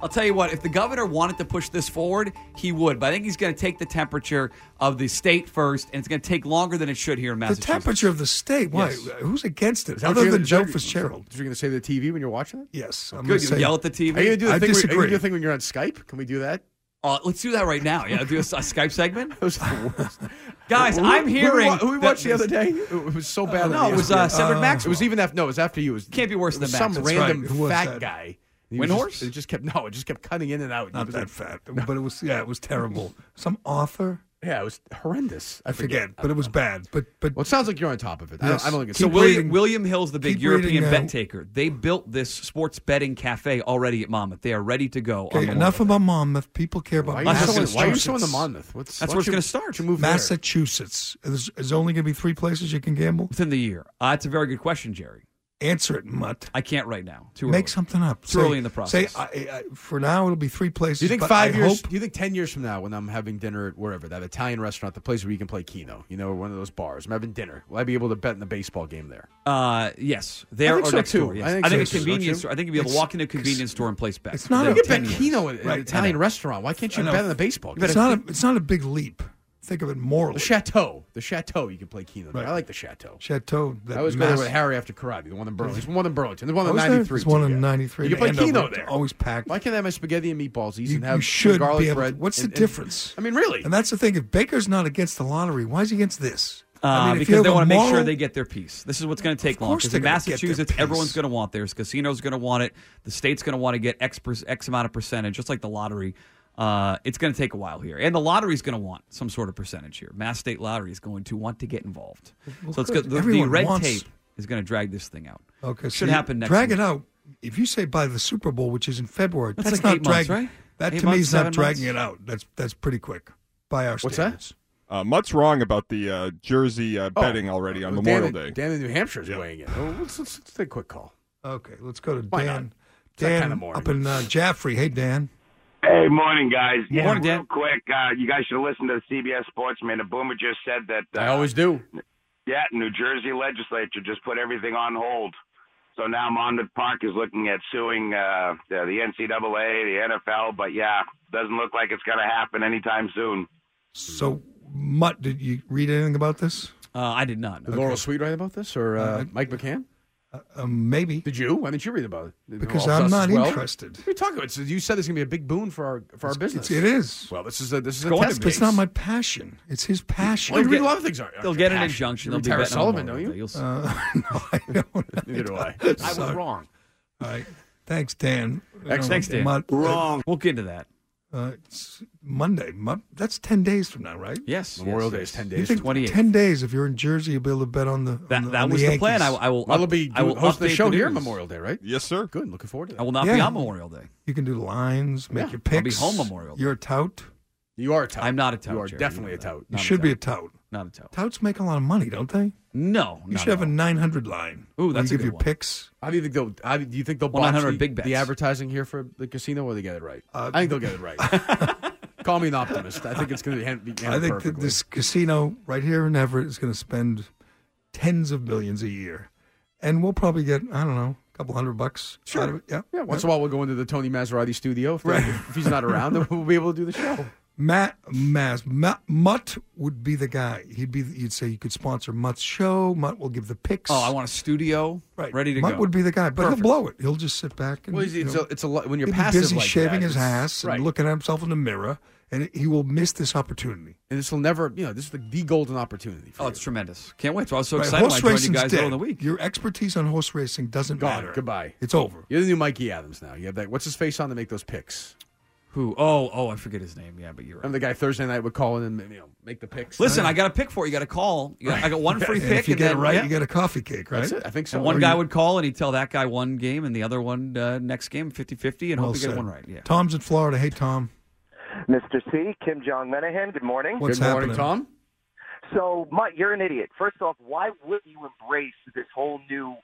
S13: I'll tell you what, if the governor wanted to push this forward, he would. But I think he's going to take the temperature of the state first, and it's going to take longer than it should here in
S3: The
S13: Massachusetts.
S3: temperature of the state. Why? Who's against it?
S8: that what
S3: Other
S8: you're
S3: than
S8: gonna- is that
S3: Joe
S8: what you're-
S3: Fitzgerald.
S8: Is you going to say to the TV when you're watching it?
S3: Yes. I'm gonna
S13: Good, you
S3: say-
S13: yell at the TV.
S8: Are you going to do the
S3: I
S8: thing? Where, are you
S3: disagree.
S8: gonna do the thing when you're on Skype? Can we do that?
S13: Uh, let's do that right now. Yeah, do a, s- a
S8: *laughs*
S13: Skype segment.
S8: That was the worst.
S13: Guys,
S8: Who-
S13: I'm
S8: who we
S13: hearing
S8: wa- Who we
S13: that
S8: watched the
S13: this-
S8: other day? It was so bad. on E
S13: no,
S8: the
S13: it was uh,
S8: ESPN.
S13: Severed
S8: It
S13: Maxwell.
S8: was even after. No, it was after you. It was,
S13: Can't be worse
S8: it
S13: than
S8: was
S13: Max.
S8: some
S13: That's
S8: random
S3: right. Who was
S8: fat
S3: that?
S8: guy. He was just-
S13: Windhorse?
S8: It just kept no. It just kept cutting in and out. It
S3: Not
S8: was
S3: that
S8: like-
S3: fat, but it was yeah, it was terrible. Some author,
S8: Yeah, it was horrendous. I
S3: I
S8: forget.
S3: forget, but it was bad. But but
S8: Well, it sounds like you're on top of it. I
S3: Yes.
S8: don't, I'm only going to
S13: So
S3: Keep
S13: William,
S3: reading.
S13: William Hill's the big
S3: Keep
S13: European
S3: reading, uh,
S13: bet taker. They built this sports betting cafe already at Monmouth. They are ready to go. on
S3: okay,
S13: the
S3: enough
S13: Monmouth.
S3: about Monmouth. People care about
S8: Why
S13: That's
S8: are you
S3: Massachusetts.
S8: so- why are you so in the Monmouth? What's,
S13: That's
S8: why
S13: where it's
S8: don't you-
S13: gonna start.
S8: You move there?
S3: Massachusetts. There's, there's only going to be three places you can gamble.
S13: within the year. Uh, that's a very good question, Jerry.
S3: Answer it, mutt.
S13: I can't right now. Too
S3: Make
S13: early.
S3: something up.
S13: Too
S3: Say-
S13: early in the process.
S3: Say, I, I, for now, it'll be three places.
S8: Do you think
S3: but
S8: five
S3: I
S8: years?
S3: hope-
S8: Do you think ten years from now, when I'm having dinner at wherever that Italian restaurant, the place where you can play Keno, you know, one of those bars, I'm having dinner. Will I be able to bet in the baseball game there?
S13: Uh, yes,
S8: I
S13: there
S8: think
S13: or
S8: so,
S13: next
S8: too.
S13: door. Yes.
S8: I
S13: I
S8: think
S13: think,
S8: so,
S13: a
S8: too, don't
S13: convenience
S8: you?
S13: store. I think you'll be able to
S8: It's-
S13: walk into a convenience store and place bets.
S3: It's not
S8: you
S3: a
S8: can bet
S3: 10
S8: Keno
S3: years.
S8: at
S3: Right.
S8: an Italian
S3: I know.
S8: restaurant. Why can't you
S3: I know.
S8: bet on the baseball? game?
S3: It's not, a, it's not a big leap. Think of it morally.
S8: The chateau, the chateau, you can play Keno. there.
S3: Right.
S8: I like the chateau.
S3: Chateau. That
S8: I was going
S3: mass-
S8: there with Harry after karate. The one in Burlington. There's one in Burlington. There's one
S3: I
S8: in
S3: was there.
S8: '93.
S3: There's one in 93.
S8: You can play
S3: Andover.
S8: Keno
S3: It's
S8: there.
S3: Always packed.
S8: Why can't I have my spaghetti and meatballs? You,
S3: You,
S8: can have
S3: you should
S8: garlic
S3: be able
S8: bread.
S3: To, what's
S8: and-
S3: the
S8: and-
S3: difference?
S8: I mean, really.
S3: And that's the thing. If Baker's not against the lottery, why is he against this?
S13: Uh,
S3: I mean, if you
S13: because
S3: have
S13: they
S3: a
S13: want to make sure
S3: moral-
S13: they get their piece. This is what's going to take long.
S3: course
S13: Because
S3: they're
S13: in
S3: gonna get their
S13: Massachusetts,
S3: piece.
S13: everyone's going to want theirs. Casinos going to want it. The state's going to want to get X, per- X amount of percentage, just like the lottery. Uh, it's going to take a while here, and the lottery's going to want some sort of percentage here. Mass State Lottery is going to want to get involved.
S3: Well,
S13: so it's gonna,
S3: good.
S13: the, the
S3: Everyone
S13: red
S3: wants-
S13: tape is going to drag this thing out.
S3: Okay,
S13: should
S3: so you
S13: happen next.
S3: Drag
S13: week.
S3: it out. If you say by the Super Bowl, which is in February,
S13: That's like
S3: that's, not
S13: eight months,
S3: dragging.
S13: right?
S3: That
S13: Eight
S3: to me
S13: months,
S3: is not
S13: seven
S3: dragging
S13: months?
S3: it out. That's that's pretty quick by our
S8: What's that?
S3: standards.
S5: Uh, Mutt's wrong about the uh, Jersey uh,
S8: Oh.
S5: betting already on
S8: Dan
S5: Memorial
S8: in-
S5: Day.
S8: Dan in New Hampshire is weighing in. Oh, Let's, let's, let's take a quick call.
S3: Okay, let's go to
S8: Why not?
S3: Dan.
S8: It's that
S3: Dan
S8: kind of morning.
S3: up in uh, Jaffrey. Hey, Dan.
S6: Hey, morning, guys. Yeah,
S3: Morning,
S6: real
S3: Dan.
S6: quick, uh, you guys should listen to the CBS Sportsman. The Boomer just said that. Uh,
S8: I always do.
S6: Yeah, New Jersey legislature just put everything on hold. So now Monmouth Park is looking at suing uh, the, the NCAA, the NFL. But yeah, doesn't look like it's going to happen anytime soon.
S3: So, Mutt, did you read anything about this?
S13: Uh, I did not.
S8: Did Laurel Sweet write about this or uh,
S3: Uh,
S8: Mike McCann?
S3: Um, maybe.
S8: Did you? Why didn't you read about it? Did
S3: Because
S8: all of
S3: I'm
S8: us
S3: not
S8: as well?
S3: interested.
S8: What are you talking about? So you said this is going to be a big boon for our for our business.
S3: it's- it is.
S8: Well, this is a this is a
S3: Yes,
S8: test
S3: but it's
S8: case.
S3: not my passion. It's his passion.
S8: Well, you read a lot of things. Are,
S13: They'll get an injunction. They'll be
S8: Tara
S13: betting on
S8: Sullivan, don't you?
S13: Memorial Day. You'll see.
S3: Uh, *laughs* no, I don't.
S8: Neither do
S3: *laughs*
S8: I. I was
S3: Sorry.
S8: wrong.
S3: All right. Thanks, Dan.
S13: Excellent. Thanks, Dan.
S3: Mutt, uh,
S13: We'll get into that.
S3: Uh, it's Monday. Mu- That's ten days from now, right?
S13: Yes.
S8: Memorial
S13: yes,
S8: Day
S13: yes.
S8: is ten
S3: You
S8: days.
S3: think
S13: 28th.
S3: ten days? If you're in Jersey, you'll be able to bet on the. on
S13: That,
S3: the-
S13: that
S3: on
S13: was the, plan. I,
S3: Yankees.
S13: I will.
S8: I'll be
S13: I will
S8: hosting the
S13: update
S8: show
S13: the
S8: here at
S13: news.
S8: Memorial Day, right?
S5: Yes, sir.
S8: Good. Looking forward to
S13: I
S8: that.
S13: will not be
S3: Yeah.
S13: on Memorial Day.
S3: You can do lines,
S8: Yeah,
S3: make your
S13: I'll be
S3: picks.
S13: home Memorial Day.
S3: You're a tout.
S8: You are a tout.
S13: I'm not a tout.
S8: You are
S13: Jerry.
S8: definitely
S13: know
S8: a
S13: that.
S8: tout.
S3: You
S13: Not
S3: should be a
S13: tout.
S3: tout.
S13: Not a tout.
S3: Touts make a lot of money, don't they?
S13: No.
S3: You should have a 900 line.
S13: Ooh, that's
S3: you
S13: a
S3: give
S13: good
S3: your
S13: one.
S3: picks.
S8: How do you think they'll? How do you think they'll
S13: Well, not
S8: box
S13: hundred
S8: the,
S13: big bets.
S8: the advertising here for the casino, or they get it right?
S3: Uh,
S8: I think they'll get it
S3: *laughs*
S8: right. Call me an optimist. I think it's going to be handled
S3: I think that
S8: perfectly.
S3: this casino right here in Everett is going to spend tens of millions a year, and we'll probably get I don't know a couple hundred bucks out of it. Yeah,
S8: yeah, once in a while we'll go into the Tony Maserati studio. If, they- if he's not around, then we'll be able to do the
S3: *laughs*
S8: show.
S3: Matt Mas Matt, Mutt would be the guy. He'd be. You'd say you could sponsor Mutt's show. Mutt will give the picks.
S13: Oh, I want a studio
S3: Right.
S13: ready to
S3: Mutt
S13: go.
S3: would be the guy, but
S8: Perfect.
S3: he'll blow it. He'll just sit back and
S8: Well, it's, it's,
S3: you
S8: a,
S3: know,
S8: it's a lot when you're
S3: he'll be
S8: passive
S3: busy
S8: like
S3: shaving
S8: that,
S3: his
S8: it's-
S3: ass
S8: right.
S3: and looking at himself in the mirror, and he will miss this opportunity.
S8: And this will never, you know, this is the, the golden opportunity. For
S13: oh,
S8: you.
S13: it's tremendous. Can't wait. So I was so
S3: Right,
S13: excited when I
S3: horse
S13: joined you
S3: racing's
S13: guys
S3: dead.
S13: on the week.
S3: Your expertise on horse racing doesn't
S8: gone.
S3: matter.
S8: Goodbye.
S3: It's over.
S8: You're the new Mikey Adams now. You have that. What's his face on to make those picks?
S13: Who? Oh, oh, I forget his name. Yeah, but you're right.
S8: Remember the guy Thursday night would call in and you know make the picks.
S13: Listen, I got a pick for you. You got a call. You got- I got
S3: *laughs*
S13: one free
S3: And
S13: pick.
S3: if you
S13: and
S3: get
S13: then,
S3: it right,
S13: yeah.
S3: you get a coffee cake, right?
S8: That's it. I think so.
S13: And one guy would call and he'd tell that guy one game and the other one uh, next game 50-50 and
S3: Well
S13: hope he
S3: said.
S13: get one right. Yeah.
S3: Tom's in Florida. Hey, Tom.
S14: Mr. C, Kim Jong Menahan, good morning.
S3: What's
S8: Good morning,
S3: happening?
S8: Tom.
S14: So, Mutt, you're an idiot. First off, why would you embrace this whole new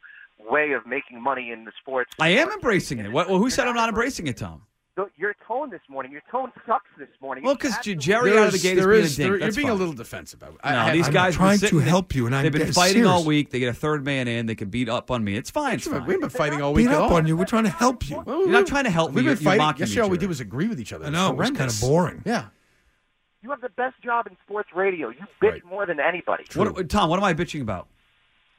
S14: way of making money in the sports?
S13: I am embracing it. What, well, who said I'm not embracing it, Tom?
S14: So your tone this morning, your tone sucks this morning.
S13: Well, because Jerry out of the gate is
S8: there
S13: being
S8: is-
S13: a dick.
S8: there- you're
S13: That's
S8: being a
S13: fine.
S8: little defensive. I, I,
S13: No,
S8: I-
S13: these
S8: I'm-
S13: guys
S3: trying
S13: been
S3: to
S13: sitting-
S3: help you, and I'm
S13: they've been
S3: dead
S13: fighting all
S3: serious.
S13: week. They get a third man in. They can beat up on me. It's fine. It's fine.
S8: We've been fighting all week.
S3: Beat
S8: at
S3: up
S8: all.
S3: on you. We're trying to help you.
S8: Well,
S13: You're not trying to help
S8: We've
S13: me.
S8: been
S13: You're- you're
S8: fighting.
S13: mocking me,
S8: Yesterday, all we
S13: Jerry.
S8: did was agree with each other.
S3: I know. It was kind of
S8: horrendous.
S3: boring.
S8: Yeah.
S14: You have the best job in sports radio. You bitch
S8: Right.
S14: more than anybody.
S13: What, Tom, what am I bitching about?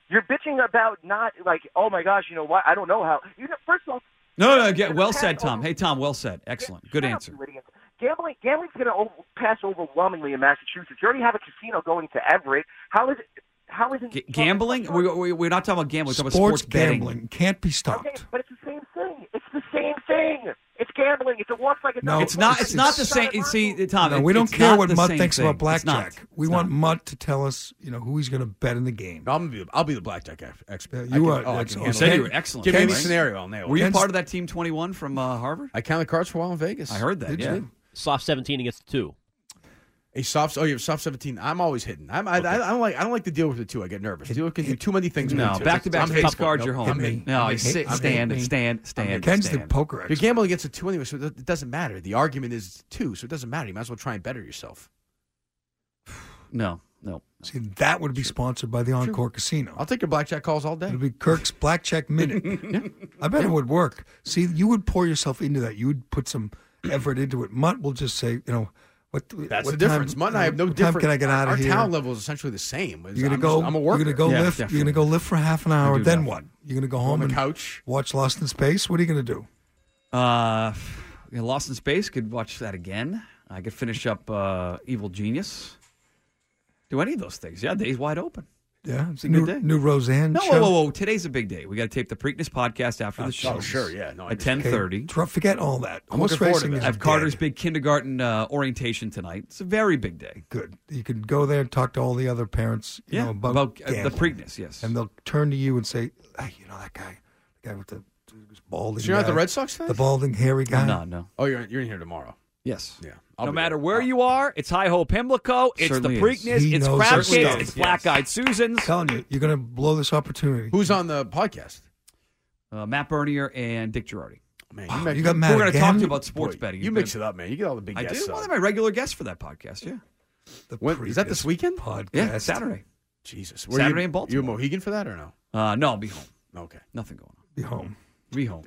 S14: You're bitching about not like, oh my gosh, you know what? I don't know how. You know, first off,
S13: No, no, get, well said, Tom. Hey, Tom, well said. Excellent.
S14: shut
S13: Good
S14: up,
S13: answer.
S14: you idiots. Gambling, gambling's going to over, pass overwhelmingly in Massachusetts. You already have a casino going to Everett. How is it? How is it?
S13: G- gambling? We, we, we're not talking about gambling. We're talking about sports betting.
S3: gambling can't be stopped.
S14: Okay, but it's the same thing. It's the same thing. It's gambling. It's a once like
S3: No,
S13: It's not. It's not the same. See, Tom.
S3: No,
S13: it-
S3: we don't
S13: it's
S3: care
S13: not
S3: what
S13: the
S3: Mutt
S13: same
S3: thinks
S13: thing.
S3: about
S13: It's not.
S3: blackjack. we
S13: It's
S3: want
S13: not.
S3: Mutt to tell us, you know, who he's going to bet in the game.
S8: No, I'm gonna be. I'll be the blackjack ex- expert.
S3: Yeah,
S8: I
S3: you
S8: can-
S3: are.
S8: Oh, I
S3: That's
S8: can
S3: awesome.
S8: handle
S13: Said
S8: it.
S13: you were excellent.
S8: Give me any
S13: Right?
S8: scenario. I'll nail it.
S13: Were you
S3: Ken's-
S13: part of that team 21 from uh, Harvard?
S8: I counted cards for a while in Vegas.
S13: I heard that.
S3: Did
S13: yeah.
S3: you?
S15: Soft 17 against two.
S8: A soft. Oh, you have soft seventeen. I'm always hidden. I'm, I, I, I don't like. I don't like to deal with the two. I get nervous. Deal can do too many things. with
S13: No,
S8: the two.
S13: back to back
S8: I'm hate
S13: tough
S8: score.
S13: guards.
S8: Nope.
S13: You're home.
S8: I'm hate-
S13: no,
S8: I'm
S13: I
S8: hate-
S13: sit,
S8: I'm
S13: stand,
S8: hate-
S13: stand, stand, stand.
S8: If you're gambling against a two anyway, so it doesn't- it doesn't matter. The argument is two, so it doesn't matter. You might as well try and better yourself.
S13: No, no.
S3: See, that would be sponsored by the Encore Casino.
S8: I'll take your blackjack calls all day.
S3: It'd be
S13: *laughs*
S3: Kirk's Blackjack Minute. I bet it would work. See, you would pour yourself into that. You would put some effort into it. Mutt will just say, you know, what?
S8: That's the
S3: what time-
S8: difference. Mutt and I have no
S3: what
S8: different.
S3: Time can I get out
S8: our
S3: of here?
S8: town level is essentially the same. It's-
S3: You're gonna
S8: I'm
S3: go.
S8: Just, I'm a worker.
S3: You're gonna go lift. You're gonna go lift for half an hour.
S8: do nothing.
S3: Then what? You're gonna go
S8: Go
S3: home
S8: on the
S3: and
S8: couch.
S3: watch Lost in Space. What are you gonna do?
S13: Uh, you know, Lost in Space could watch that again. I could finish up uh, Evil Genius. Do any of those things? Yeah, day's wide open.
S3: Yeah, it's
S13: a
S3: new,
S13: good day.
S3: new Roseanne.
S13: No,
S3: show.
S13: whoa, whoa, whoa! Today's a big day. We got to tape the Preakness podcast after
S3: Oh,
S13: the show.
S3: oh, sure, yeah, no, I
S13: at
S3: understand.
S13: ten thirty.
S3: Okay, tr- forget all that.
S13: I'm
S3: Horse
S13: looking forward to
S3: racing
S13: that.
S3: is
S13: I have Carter's big kindergarten uh, orientation tonight. It's a very big day.
S3: Good. You can go there and talk to all the other parents. You
S13: Yeah,
S3: know, about,
S13: about, uh, the
S3: gambling.
S13: Preakness, yes.
S3: and they'll turn to you and say, "Hey, you know that guy, the guy with the balding."
S8: So you're at the
S3: guy,
S8: Red Sox tonight?
S3: The balding, hairy guy.
S13: No, no.
S8: Oh, you're you're in here tomorrow.
S13: Yes.
S8: Yeah.
S13: no matter where
S8: Uh,
S13: you are, it's High Hope Pimlico, it's
S8: Certainly
S13: the
S8: is.
S13: Preakness,
S3: He
S13: it's
S3: knows
S13: Crab
S3: his
S13: Cakes,
S3: stuff.
S13: it's Black Eyed Susans.
S3: telling you, you're going to blow this opportunity.
S8: Who's on the podcast?
S13: Uh, Matt Bernier and Dick Girardi.
S8: Man,
S3: Wow, you got mad
S13: We're going to
S3: again?
S13: talk to you about sports
S8: Boy,
S13: betting.
S8: You mix it up, uh, man. You get all the big
S13: I
S8: guests.
S13: do.
S8: up.
S13: One of my regular guests for that podcast. Yeah.
S3: The
S8: When- is that this weekend? Podcast.
S13: Yeah, Saturday.
S8: Jesus. you-
S13: Saturday in Baltimore.
S8: You a Mohegan for that or no?
S13: Uh, no, I'll be home.
S8: Okay.
S13: Nothing going on.
S3: Be home.
S13: Be home.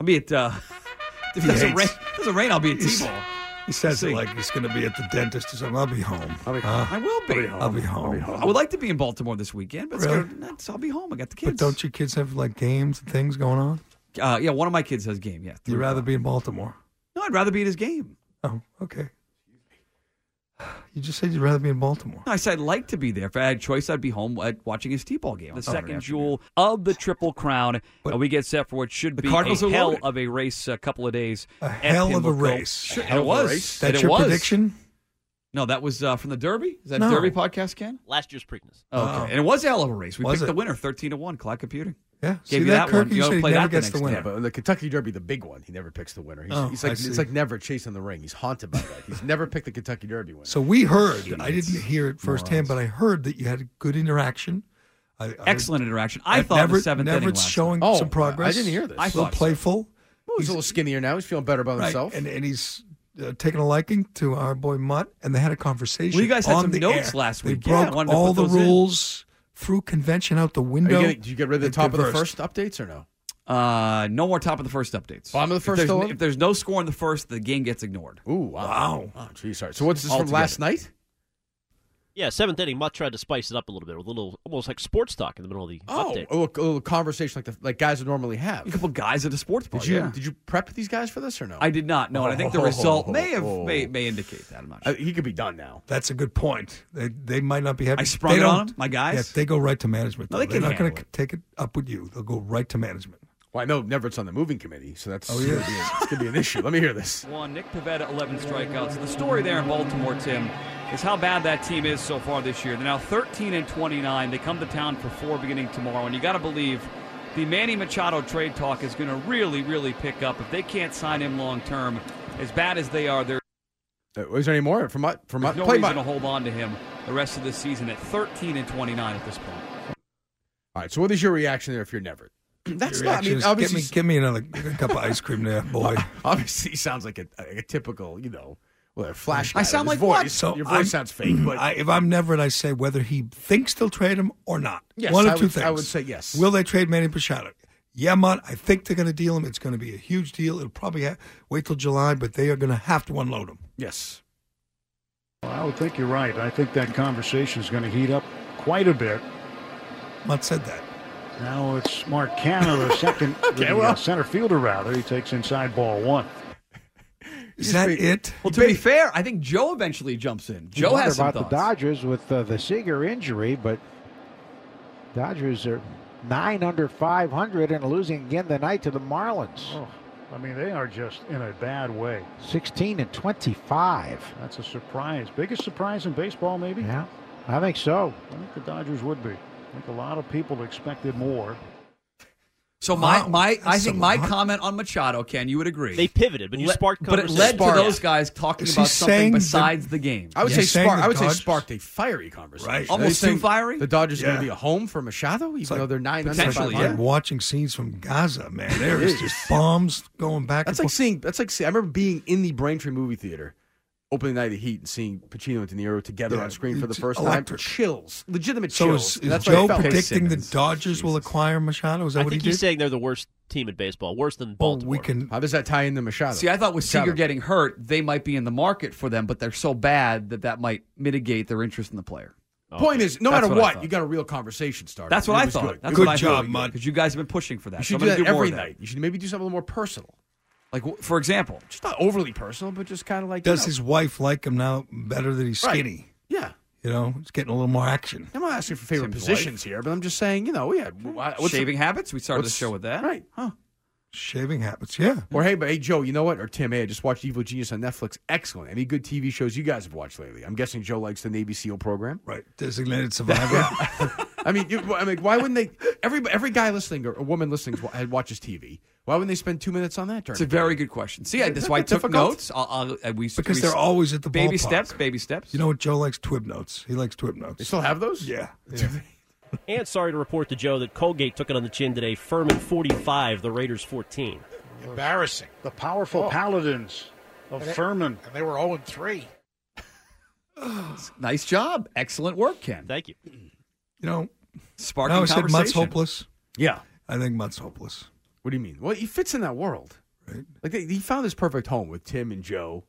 S13: I'll be at. Uh, *laughs* if it
S3: He
S13: doesn't
S3: hates-
S13: rain, if it doesn't rain, I'll be at
S3: He's-
S13: T-ball.
S3: He says
S13: See.
S3: it like he's going to be at the dentist or something. I'll be home. I'll be home.
S13: I will be.
S3: I'll be home.
S13: I would like to be in Baltimore this weekend, but it's
S3: Really?
S13: gonna, that's, I'll be home. I got the
S3: But
S13: kids.
S3: don't your kids have like games and things going on?
S13: uh, yeah, one of my kids has game. Yeah,
S3: You'd rather be in Baltimore.
S13: no, I'd rather be at his game.
S3: Oh, okay. *sighs* You just said you'd rather be in Baltimore.
S13: No, I said I'd like to be there. If I had a choice, I'd be home at watching his T-ball game. Oh, The
S3: yeah.
S13: second jewel of the Triple Crown, and we get set for what should
S11: The
S13: be
S11: Cardinals
S13: a
S11: are
S13: hell
S11: loaded.
S13: of a race. A couple of days.
S3: A
S13: at
S3: hell of a
S13: Pimlico.
S3: race.
S13: Sure,
S3: A
S13: and
S3: hell
S13: it
S3: of a
S13: was.
S3: race.
S13: And
S3: That's
S13: it
S3: your
S13: was.
S3: prediction?
S13: No, that was uh, from the Derby. Is that
S3: No.
S13: Derby podcast, Ken?
S15: Last year's Preakness.
S13: Okay,
S3: Oh.
S13: and it was a hell of a race. We
S3: Was
S13: picked
S3: it?
S13: the winner, thirteen to one. Cloud Computing.
S3: Yeah,
S13: gave
S3: see
S13: you
S3: that,
S13: that,
S3: Kirk?
S13: one.
S3: You
S13: You
S3: said
S13: gotta
S3: he
S13: play
S3: never
S13: that
S3: gets
S13: the
S3: the
S13: next
S3: winner.
S13: day.
S8: Yeah, but in the Kentucky Derby, the big one, he never picks the winner. He's,
S3: Oh,
S8: he's
S3: I
S8: like he's
S3: see.
S8: like never chasing the ring. He's haunted by that. He's never picked the Kentucky Derby winner.
S3: So we heard. I didn't hear it firsthand, but I heard that you had good interaction. I, I-
S13: Excellent interaction. I
S3: At
S13: thought in
S3: Uh, Never-
S13: the seventh
S3: Never
S13: inning last
S3: showing
S8: night.
S3: some
S8: Oh,
S3: progress.
S8: I didn't hear this.
S3: A
S8: I
S3: little
S8: thought so.
S3: playful.
S8: Well, he's a little skinnier now. He's feeling better about
S3: Right.
S8: himself.
S3: And, and he's uh, taking a liking to our boy Mutt, and they had a conversation.
S13: Well, you guys had
S3: on
S13: some
S3: the
S13: notes
S3: air.
S13: last
S3: They
S13: week. Yeah, I
S3: broke
S13: wanted to
S3: all
S13: put
S3: the
S13: those in.
S3: rules, threw convention out the
S8: Are you
S3: window.
S8: gonna, did you get rid of the
S3: They
S8: top of the
S3: diversed.
S8: first updates or no?
S13: Uh, no more top of the first updates.
S8: Bottom of the
S13: If
S8: first
S13: there's-
S8: still
S13: If,
S8: on?
S13: there's no score in the first, the game gets ignored.
S8: Ooh, wow.
S3: Wow.
S8: Oh, geez, sorry. So what's this from
S13: Altogether.
S8: last night?
S15: Yeah, seventh inning. Mutt tried to spice it up a little bit with a little, almost like sports talk in the middle of the
S8: Oh,
S15: update.
S8: a little, a little conversation like the like guys would normally have. A
S13: couple guys at a sports bar.
S8: Did you
S13: yeah.
S8: did you prep these guys for this or no?
S13: I did not know, and I think the result may have
S8: Oh.
S13: may, may indicate that. I'm not sure.
S8: Uh, he could be done now.
S3: That's a good point. They, they might not be happy.
S13: I sprung
S3: They
S13: it on
S3: don't-
S13: them, my guys.
S3: Yeah, they go right to management.
S13: No, they
S3: though. They're
S13: can
S3: not going
S13: handle
S3: to take it up with you. They'll go right to management.
S8: Well, I know Nevert's on the moving committee, so that's
S3: Oh,
S8: gonna
S3: yeah.
S8: be a- it's gonna be an issue. Let me hear this.
S13: One, Nick Pavetta, 11 strikeouts. The story there in Baltimore, Tim, is how bad that team is so far this year. They're now 13 and 29. They come to town for four beginning tomorrow, and you got to believe the Manny Machado trade talk is going to really, really pick up if they can't sign him long term. As bad as they are, they're
S8: Uh, Is there any more from my from my
S13: there's no
S8: play
S13: reason
S8: by-
S13: to hold on to him the rest of the season at 13 and 29 at this point.
S8: All right. So what is your reaction there if you're Never? That's not. I mean,
S3: give
S8: obviously,
S3: me, give me another cup of ice cream
S13: *laughs*
S3: there, boy.
S8: *laughs* obviously, he sounds like a, a typical, you know, well, a flash.
S13: I
S8: guy.
S13: sound
S8: His
S13: like what?
S8: voice-
S13: So
S8: your voice
S3: I'm-
S8: sounds fake,
S13: *clears throat*
S8: but
S3: I, if I'm Neverett, I say whether he thinks they'll trade him or not.
S8: Yes,
S3: One of
S8: I
S3: two
S8: would-
S3: things.
S8: I would say yes.
S3: Will they trade Manny Machado? Yeah, Mutt, I think they're going to deal him. It's going to be a huge deal. It'll probably ha- wait till July, but they are going to have to unload him.
S8: yes.
S16: I would think you're right. I think that conversation is going to heat up quite a bit.
S3: Mutt said that.
S16: Now it's Mark Canna, the
S3: *laughs*
S16: second
S8: Okay,
S16: the, uh,
S8: well.
S16: center fielder, rather. He takes inside ball one.
S3: Is that it?
S13: Well, to be fair, I think Joe eventually jumps in. Joe
S17: wonder
S13: has some
S17: about
S13: thoughts.
S17: the Dodgers with uh, the Seager injury, but Dodgers are nine under 500 and losing again tonight to the Marlins.
S16: Oh, I mean, they are just in a bad way.
S17: 16 and 25.
S16: That's a surprise. Biggest surprise in baseball, maybe?
S17: Yeah, I think so.
S16: I think the Dodgers would be. I think a lot of people expected more.
S13: So my
S3: Wow,
S13: my I
S3: that's
S13: think
S3: a
S13: my
S3: lot.
S13: comment on Machado, Ken, you would agree.
S15: They pivoted, but you
S13: Le-
S15: sparked
S13: But it
S15: conversation.
S13: led
S15: Sparked.
S13: to those guys talking
S15: Is he
S13: about
S15: saying
S13: something
S15: the-
S13: besides the, game.
S8: I would
S13: Yeah.
S8: say
S13: He's saying
S8: spark.
S13: the
S8: I would
S13: Dodgers-
S8: say sparked a fiery conversation.
S13: Right.
S8: They
S13: Almost too
S8: think
S13: fiery?
S8: The Dodgers are
S13: Yeah.
S8: going to be a home for Machado, even though they're nine
S3: It's like-
S8: under
S3: like watching scenes from Gaza, man. There is just bombs going back.
S8: That's
S3: and
S8: like seeing. That's like see, I remember being in the Braintree movie theater, opening night of Heat, and seeing Pacino and De Niro together
S3: Yeah,
S8: on screen for the
S3: it's
S8: first time.
S3: electric.
S8: Chills, legitimate
S3: So
S8: chills.
S3: is,
S8: And
S3: is
S8: that's what I
S3: Joe
S8: felt.
S3: predicting the Dodgers will acquire Machado? Is that
S15: I
S3: what he
S15: think he's
S3: did?
S15: saying they're the worst team in baseball, worse
S13: Oh,
S15: than Baltimore.
S3: we can.
S8: How does that tie into Machado?
S13: See, I thought with
S15: Machado.
S13: Seager getting hurt, they might be in the market for them, but they're so bad that that might mitigate their interest in the player.
S8: Point is, no
S13: That's
S8: matter
S13: I
S8: what,
S13: thought.
S8: you got a real conversation started.
S13: That's what
S8: It
S13: I
S8: was
S13: thought.
S8: Good,
S13: That's
S8: Good
S13: what I
S8: job,
S13: thought.
S8: Mud.
S13: Because you guys have been pushing for that.
S8: You
S13: so
S8: should
S13: I'm
S8: do
S13: gonna
S8: that
S13: more
S8: every
S13: of that.
S8: night. You should maybe do something a little more personal.
S13: Like, w- for example,
S8: just not overly personal, but just kind of like
S3: Does
S8: you know,
S3: his wife like him now better that he's
S8: Right.
S3: skinny?
S8: Yeah.
S3: You know, he's getting a little more action.
S8: I'm not asking for favorite
S3: Seems
S8: positions here, but I'm just saying, you know, yeah. wh- What's
S13: Shaving habits? We started the
S8: what's-
S13: show with that.
S8: right?
S13: Huh.
S3: Shaving habits, yeah.
S8: Or hey, but hey, Joe, you know what? Or Tim, hey, I just watched Evil Genius on Netflix. Excellent. Any good TV shows you guys have watched lately? I'm guessing Joe likes the Navy SEAL program,
S3: right? Designated survivor.
S8: I mean, you, I mean, why wouldn't they? Every every guy listening or a woman listening wa- watches TV. Why wouldn't they spend two minutes on that? During
S13: It's a very good question. See, I, that's why I
S8: It's
S13: took
S8: difficult.
S13: notes. I'll, I'll, I- we,
S3: Because
S13: we-
S3: they're always at the
S13: baby
S3: ballpark.
S13: steps, baby steps.
S3: You know what? Joe likes twib notes. He likes twib notes. They
S8: still have those?
S3: Yeah.
S15: And sorry to report to Joe that Colgate took it on the chin today. Furman 45, the Raiders 14.
S16: Embarrassing. The powerful
S18: Oh.
S16: paladins of
S18: And it-
S16: Furman.
S18: And they were 0 3.
S13: Nice job. Excellent work, Ken.
S15: Thank you.
S3: You know,
S13: Sparking
S3: I always said Mutt's
S13: conversation.
S3: hopeless.
S8: Yeah.
S3: I think Mutt's hopeless.
S8: What do you mean? Well, he fits in that world.
S3: Right.
S8: Like they, he found his perfect home with Tim and Joe.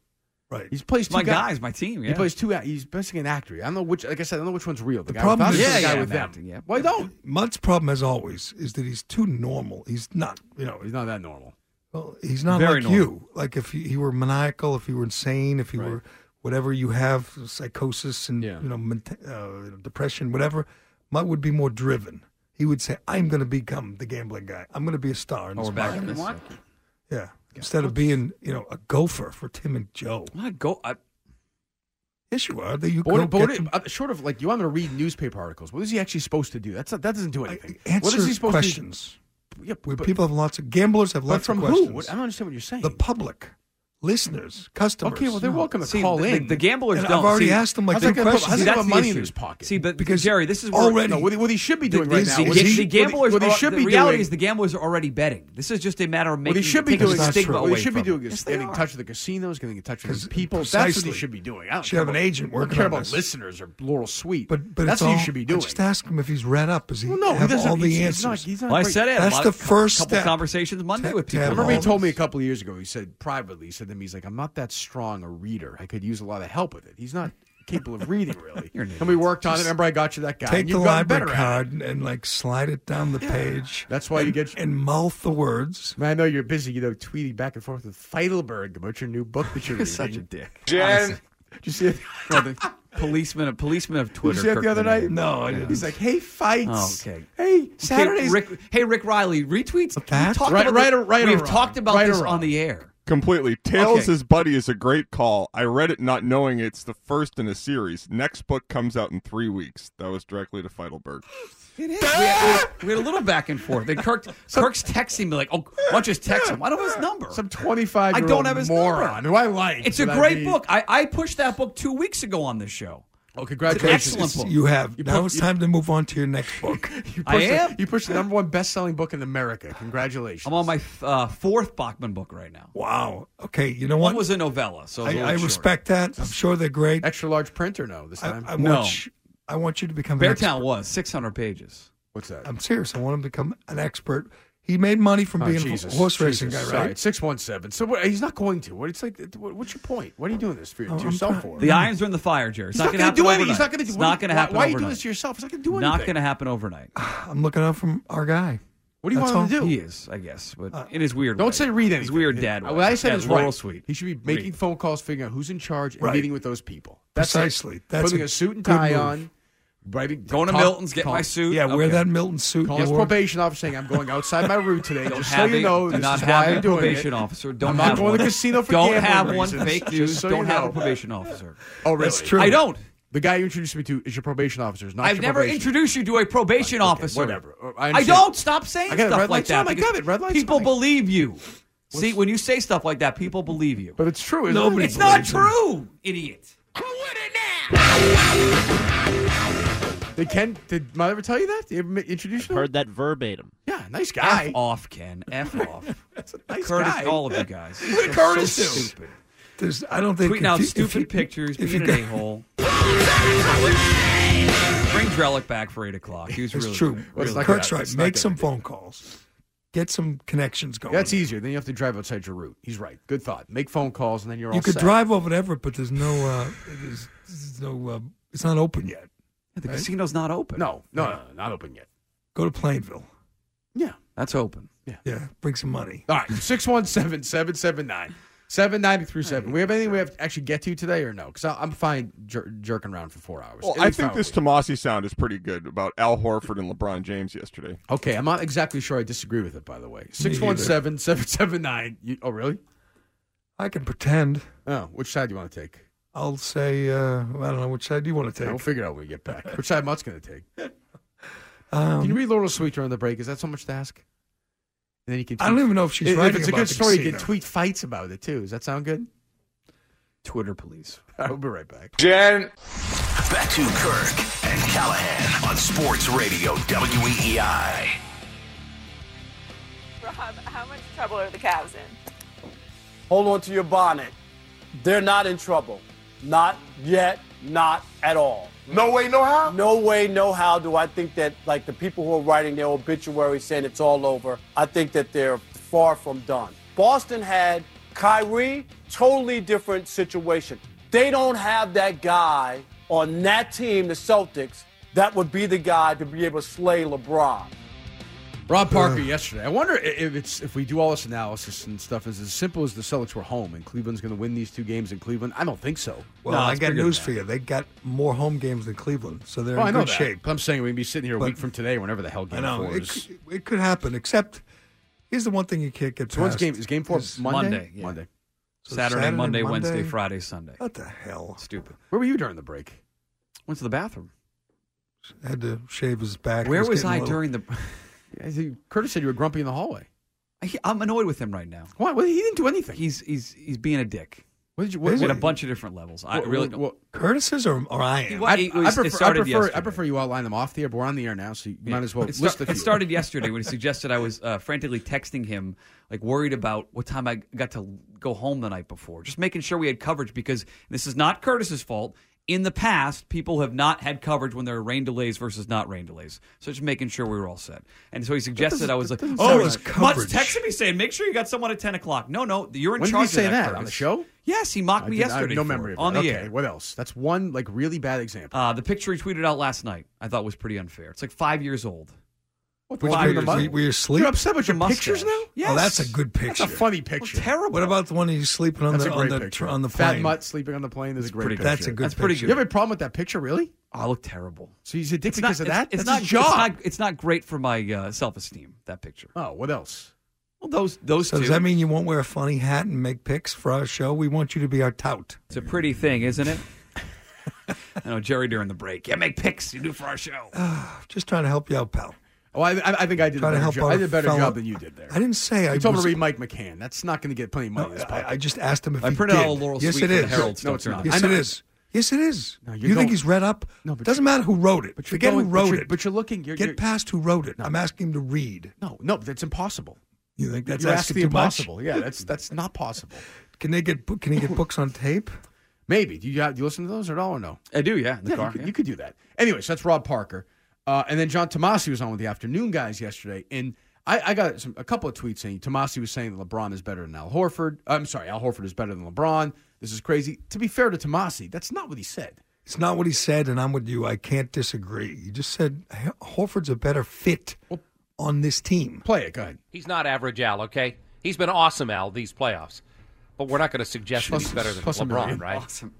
S3: Right.
S8: He's plays two
S13: My
S8: guy-
S13: guys, my team,
S8: He
S13: yeah.
S8: plays two. act- He's basically an actor. I don't know which. Like I said, I don't know which one's real. The,
S3: The
S8: guy
S3: problem
S8: with us or
S3: is-
S8: the
S3: Yeah,
S8: guy
S3: yeah,
S8: with
S3: I'm
S8: them.
S13: acting, yeah.
S8: Why don't?
S3: Mutt's problem, as always, is that he's too normal. He's not, you know,
S8: he's not that normal.
S3: Well, he's not
S8: Very
S3: like
S8: normal.
S3: you. Like if he, he were maniacal, if he were insane, if he were whatever you have, psychosis and you know ment- uh, depression, whatever, Mutt would be more driven. He would say, "I'm going to become the gambling guy. I'm going to be a star." In
S13: Oh,
S3: this
S13: we're back
S3: market."
S13: on this.
S3: Yeah. Instead of being, you know, a gopher for Tim and Joe.
S13: I'm not go. I,
S3: Yes, you are. That you
S8: But what-
S3: go
S8: but what-
S3: get them-
S8: uh, short of like you want him to read newspaper articles. What is he actually supposed to do? That's not, that doesn't do anything. what is
S3: answer
S8: he supposed
S3: questions.
S8: to? Yeah,
S3: Where
S8: but-
S3: people have lots of gamblers have
S8: but
S3: lots
S8: from
S3: of questions.
S8: who? What- I don't understand what you're saying.
S3: The public, listeners, customers.
S8: Okay, well, they're welcome to
S13: See,
S8: call
S13: the,
S8: in.
S13: The, gamblers
S3: And
S13: don't.
S3: I've already
S13: See,
S3: asked them like
S8: how's that
S3: two
S8: gonna put-
S3: questions.
S8: how's that
S13: that's
S8: gonna put
S13: the
S8: money in
S13: issue.
S8: his pocket?
S13: See, but because Jerry, this is where,
S3: already-
S8: No, what, he- what he should be doing right now.
S13: The,
S8: what he-
S13: ga- the
S8: what he-
S13: gamblers.
S8: What he
S13: are-
S8: should
S13: the
S8: be
S13: reality
S8: doing.
S13: is the gamblers are already betting. This is just a matter of making.
S8: What he should be
S13: taking
S8: doing
S13: the
S8: is
S13: stigma
S8: What he
S13: away
S8: should be
S13: from
S8: doing
S13: it.
S8: is getting in touch with the casinos, getting in touch with the people. That's what
S3: precisely.
S8: he should be doing. I don't
S3: Should
S8: care
S3: have an
S8: about-
S3: agent
S8: I don't
S3: working
S8: care
S3: on
S8: about
S3: this.
S8: listeners or Laurel Sweet.
S3: But but
S8: that's
S3: it's
S8: what
S3: all-
S8: he should be doing.
S3: I Just ask him if he's read up. Does he
S8: Well, no, he
S3: have
S8: doesn't-
S3: all the
S8: he's-
S3: answers?
S8: he's not- he's not
S13: Well, I said it.
S3: That's
S13: A lot
S3: the
S13: of-
S3: first
S13: couple
S3: step.
S13: conversations Monday
S3: To-
S13: with
S3: to
S13: people.
S8: I
S3: have
S8: remember he
S3: all
S8: told me a
S3: this.
S8: couple of years ago. He said privately, he said to me, he's like, I'm not that strong a reader. I could use a lot of help with it. He's not capable of reading really.
S13: *laughs* You're an
S8: and we worked on it.
S3: Just
S8: Remember, I got you that guy.
S3: Take
S8: and
S3: the
S8: you've gotten
S3: library
S8: better at it.
S3: card and, and, like slide it down the page.
S8: That's why you
S3: and-
S8: get-
S3: and mouth the words.
S8: Man, I know you're busy, you know, tweeting back and forth with Feidelberg about your new book that you're reading.
S13: *laughs* such a dick.
S8: Jen. Did you see it?
S13: Well, the policeman, a policeman of
S8: Did you
S13: Twitter.
S8: see it the
S13: Kirkman
S8: other night?
S13: Abe.
S3: No, I didn't.
S8: He's like, hey, fights.
S13: Oh, okay.
S8: Hey,
S13: Saturday,
S8: Saturdays.
S13: Rick, hey Rick Riley retweets.
S3: that?
S13: We talked
S8: Right-
S13: about
S8: right
S13: the-
S8: or- right or
S13: We've
S8: wrong?
S13: talked about
S8: Right or
S13: this
S8: wrong?
S13: on the air.
S5: Completely. Tails
S13: Okay.
S5: His Buddy is a great call. I read it not knowing it's the first in a series. Next book comes out in three weeks. That was directly to Feidelberg.
S13: It is. We had, we had a little back and forth. And
S8: *laughs*
S13: Kirk, Kirk's texting me like, "Oh, why don't you just text him? I don't have his number.
S8: Some 25
S13: I don't have his
S8: moron
S13: number.
S8: who I like.
S13: It's a
S8: but I
S13: great
S8: mean-
S13: book. I, I pushed that book two weeks ago on this show.
S8: Oh, congratulations.
S13: It's an excellent book.
S3: You have
S8: You
S3: now.
S8: put-
S3: it's
S8: you-
S3: time to move on to your next book.
S8: *laughs* You
S13: I
S8: pushed the-
S13: am.
S8: you pushed the number one best selling book in America. Congratulations.
S13: I'm on my uh, fourth Bachman book right now.
S3: wow. Okay. You know
S13: One
S3: what?
S13: was a novella, so it was
S3: I,
S13: a
S3: I
S13: little short.
S3: respect that. I'm sure they're great.
S8: Extra large print or no this
S3: I,
S8: time?
S3: I
S13: No.
S3: want you, I want you to become an expert.
S13: Beartown was 600 pages.
S8: What's that?
S3: I'm serious. I want him to become an expert. He made money from
S8: Oh,
S3: being
S8: Jesus.
S3: a horse racing
S8: Jesus.
S3: guy,
S8: Sorry,
S3: right?
S8: Six one seven. So what, he's not going to. What? It's like. What, what's your point? What are you doing this for
S3: Oh,
S8: to
S3: I'm
S8: yourself
S3: try-
S8: for?
S13: The irons are in the fire, Jerry. It's
S8: he's not going
S13: going to
S8: to
S13: happen
S8: do
S13: overnight.
S8: anything. He's not going to do.
S13: It's
S8: what-
S13: not going to happen
S8: Why, why are you
S13: overnight.
S8: doing this to yourself? It's not going to do anything.
S13: Not going to happen overnight.
S3: I'm looking out from our guy.
S8: What do you
S3: That's
S8: want him to do? Uh,
S13: He is, I guess, but in his weird.
S8: Don't
S13: way.
S8: say read anything. Uh,
S13: His weird dad.
S8: What
S13: way.
S8: I said
S13: Yeah,
S8: is
S13: Laurel
S8: right.
S13: Sweet.
S8: He should be making
S13: Read.
S8: phone calls, figuring out who's in charge, and
S3: Right.
S8: meeting with those people. That's it.
S3: Precisely. That's
S8: putting
S3: a
S8: a suit and
S3: good
S8: tie
S3: move.
S8: on. Bribing,
S13: Going to
S8: call-
S13: Milton's, get
S8: call-
S13: my suit.
S3: Yeah, wear
S13: Okay.
S3: that Milton suit.
S8: Call
S3: you
S8: his
S3: wore.
S8: probation officer saying, I'm going outside my route today.
S13: Don't
S8: Just so
S13: have
S8: you
S13: a-
S8: know,
S13: do
S8: this
S13: not
S8: is
S13: have
S8: why
S13: a
S8: I'm doing
S13: probation
S8: it.
S13: officer. Don't
S8: I'm not
S13: have
S8: going
S13: one.
S8: to casino for
S13: don't
S8: gambling
S13: have one.
S8: reasons,
S13: Fake
S8: just
S13: news.
S8: so you
S13: don't have
S8: know.
S13: a probation officer.
S8: Oh, really?
S3: That's true.
S13: I don't.
S8: The guy you introduced me to is your probation officer. It's not
S13: I've
S8: your
S13: never
S8: probation. Uh,
S13: introduced you to a probation officer.
S8: whatever. Uh, I
S13: I,
S8: understand.
S13: don't stop saying
S8: I got it.
S13: stuff
S8: Red
S13: like
S8: light's
S13: that.
S8: on. I
S13: because
S8: got it. Red light's
S13: People believe you. See, when you say stuff like that, people believe you.
S8: But it's true.
S13: It's,
S8: Nobody
S13: not
S8: believes them.
S13: true, idiot.
S8: Did Ken? Did Mom ever tell you that? Did you ever introduce you?
S15: Heard that verbatim.
S8: Yeah, nice guy.
S13: F off, Ken.
S8: *laughs*
S13: F off.
S8: That's a nice
S13: Curtis,
S8: guy.
S13: all of you guys.
S8: What did
S13: You're
S8: Curtis
S13: so
S8: do?
S13: Stupid.
S3: There's, I don't think
S13: tweeting
S3: if
S13: out
S3: you- if
S13: stupid
S3: you-
S13: pictures,
S3: if
S13: being
S3: you
S13: an a hole. Bring Drellick back for eight o'clock. He was
S3: It's
S13: really
S3: true.
S13: Good.
S3: Really
S13: Really
S3: Kurt's
S13: good.
S3: right. Make some phone calls. Get some connections going.
S8: That's easier. Then you have to drive outside your route. He's right. Good thought. Make phone calls and then you're all
S3: you could
S8: set.
S3: drive over to Everett, but there's no, uh, there's, there's no, uh, it's not open yet.
S13: the casino's not open.
S8: No, no, no, no, not open yet.
S3: Go to Plainville.
S8: Yeah.
S13: That's open.
S8: Yeah.
S3: Yeah. Bring some money.
S8: All right. *laughs* 617 779 7937. We have anything we have to actually get to today or no? Because I'm fine jer- jerking around for four hours.
S5: Well,
S8: At
S5: I
S8: least
S5: think
S8: probably.
S5: this Tomasi sound is pretty good about Al Horford and LeBron James yesterday.
S8: Okay. I'm not exactly sure I disagree with it, by the way.
S5: either.
S8: 617 779. you- Oh, really?
S3: I can pretend.
S8: Oh, which side do you want to take?
S3: I'll say, uh, I don't know, which side do you want to take?
S8: We'll figure it out when we get *laughs* back. Which side Mutt's going to take?
S3: Um,
S8: can you read Laurel Sweet during the break? Is that so much to ask? And then you can.
S3: I don't even know if she's
S8: If
S3: writing
S8: it's a
S3: about
S8: good
S3: the
S8: story, you can
S3: casino.
S8: tweet fights about it too. Does that sound good?
S13: Twitter, please.
S8: All right, *laughs* we'll be right back.
S1: Jen. Back to Kirk and Callahan on Sports Radio E WEEI.
S18: Rob, how much trouble are the Cavs in?
S7: Hold on to your bonnet. They're not in trouble. Not yet, not at all. No way, no how? No way, no how do I think that, like, the people who are writing their obituary saying it's all over, I think that they're far from done. Boston had Kyrie, totally different situation. They don't have that guy on that team, the Celtics, that would be the guy to be able to slay LeBron.
S8: Rob Parker yesterday. I wonder i- if it's if we do all this analysis and stuff is as simple as the Celtics were home and Cleveland's going to win these two games in Cleveland. I don't think so.
S3: Well, I got news for you. They got more home games than Cleveland, so they're
S8: Oh, I
S3: in
S8: know
S3: good
S8: that.
S3: shape.
S8: But I'm saying we'd be sitting here a
S3: But-
S8: week from today, whenever the hell game
S3: I know
S8: four
S3: it,
S8: is.
S3: c- it could happen. Except here's the one thing you can't get
S8: So when's
S3: past.
S8: game- is game four Monday?
S13: Monday, yeah.
S8: Monday.
S3: So
S13: Saturday,
S3: Saturday,
S13: Monday, Wednesday,
S3: Monday.
S13: Friday, Sunday.
S3: What the hell?
S13: Stupid.
S8: Where were you during the break?
S13: Went to the bathroom.
S3: Had to shave his back.
S13: Where
S3: It
S13: was
S3: getting
S13: I
S3: low.
S13: during the? *laughs*
S8: I think Curtis said you were grumpy in the hallway.
S13: I, I'm annoyed with him right now.
S8: Why? Well, he didn't do anything.
S13: He's he's he's being a dick.
S8: What did you?
S13: What,
S8: What,
S13: at a bunch of different levels. I
S8: What-
S13: really
S8: what-
S13: don't.
S8: what-
S3: Curtis's or, or I
S13: He
S3: am?
S13: wa-
S8: I,
S13: it
S8: I
S13: was- it
S8: prefer, I,
S13: started
S8: prefer, I
S13: yesterday.
S8: prefer you outline them off the air, but we're on the air now, so you might as well
S13: It, sta-
S8: list a few.
S13: it started
S8: *laughs*
S13: yesterday when he suggested I was uh, frantically texting him, like worried about what time I got to go home the night before, just making sure we had coverage because this is not Curtis's fault. In the past, people have not had coverage when there are rain delays versus not rain delays. So just making sure we were all set. And so he suggested I was like,
S8: doesn't
S13: "Oh,
S8: sound
S13: it's
S8: like
S13: Mutt's
S8: coverage."
S13: texting me saying make sure you got someone at ten o'clock." No, no, you're in
S8: When did
S13: charge
S8: he say
S13: of that,
S8: that, on the
S13: Curtis.
S8: show?
S13: Yes, he mocked
S8: I
S13: me
S8: did- I have
S13: yesterday.
S8: no
S13: for
S8: memory
S13: it,
S8: of
S13: on
S8: it.
S13: the
S8: okay,
S13: air.
S8: What else? That's one like really bad example.
S13: Uh, the picture he tweeted out last night, I thought was pretty unfair. It's like five years old.
S8: What,
S3: Which
S13: Five
S3: one-
S13: years
S3: were,
S13: old.
S3: you- were you asleep?
S8: You're upset with
S13: The
S8: your
S13: mustache.
S8: pictures now?
S13: Yes.
S3: Oh, that's a good
S8: That's
S3: picture.
S8: a funny picture.
S13: terrible.
S3: What about the one you're sleeping on
S8: That's
S3: the
S8: a
S3: on
S8: great
S3: the,
S8: picture.
S3: tr- on the
S8: Fat
S3: plane?
S8: Mutt sleeping on the plane is a great
S13: pretty
S8: picture.
S13: good.
S3: That's a good
S13: That's pretty
S3: picture.
S8: You have a problem with that picture, really?
S13: I look terrible.
S8: So he's a dick
S13: It's
S8: because
S13: not,
S8: of that?
S13: It's, it's
S8: That's
S13: not,
S8: his
S13: It's
S8: job.
S13: not, it's not great for my uh, self-esteem. That picture.
S8: Oh, what else?
S13: Well, those those
S3: So
S13: two.
S3: does that mean you won't wear a funny hat and make pics for our show? We want you to be our tout.
S13: it's a pretty thing, isn't it? *laughs* I know Jerry during the break. Yeah, make picks. You do for our show.
S3: Just trying to help you out, pal.
S8: Oh, I, I I think I did a
S3: Trying
S8: better
S3: to help
S8: job.
S3: out
S8: I
S3: a
S8: did a better
S3: fellow-
S8: job than you did there.
S3: I didn't say I
S8: You told me
S3: was-
S8: to read Mike McCann. That's not going to get plenty of money. in this
S3: I,
S8: podcast.
S3: I just asked him if
S13: I
S3: he
S13: printed out
S3: did.
S13: a Laurel
S3: yes,
S13: Sweet for
S3: it
S13: the
S3: is.
S13: Herald
S8: No,
S13: stuff
S8: it's not.
S13: tonight.
S3: Yes,
S8: I
S3: it
S8: know.
S3: is. Yes, it is.
S8: No, you're
S3: you think
S8: going-
S3: he's read up?
S8: No, but
S3: doesn't matter who wrote it.
S8: But you're
S3: Forget
S8: going-
S3: who
S8: but
S3: wrote
S8: you're-
S3: it.
S8: but you're looking- you're-
S3: Get
S8: you're-
S3: past who wrote it. I'm asking him to read.
S8: No, no, that's impossible.
S3: You think that's
S8: you asked
S3: asking
S8: the
S3: too
S8: impossible.
S3: Much?
S8: Yeah, that's that's not possible.
S3: Can they get bo- Can he get books on tape?
S8: Maybe. Do you, do you listen to those at all or no?
S13: I do. Yeah, in the
S8: Yeah,
S13: car.
S8: You could,
S13: yeah.
S8: you could do that. Anyway, so that's Rob Parker. Uh, and then John Tomasi was on with the afternoon guys yesterday. And I, I got some, a couple of tweets saying Tomasi was saying that LeBron is better than Al Horford. I'm sorry, Al Horford is better than LeBron. This is crazy. To be fair to Tomasi, that's not what he said.
S3: It's not what he said, and I'm with you. I can't disagree. He just said "H- Horford's a better fit on this team.
S8: Play it. Go ahead.
S19: He's not average Al, okay? He's been awesome Al these playoffs. But we're not going to suggest that he's better than
S8: plus a million.
S19: LeBron, right?
S13: Awesome.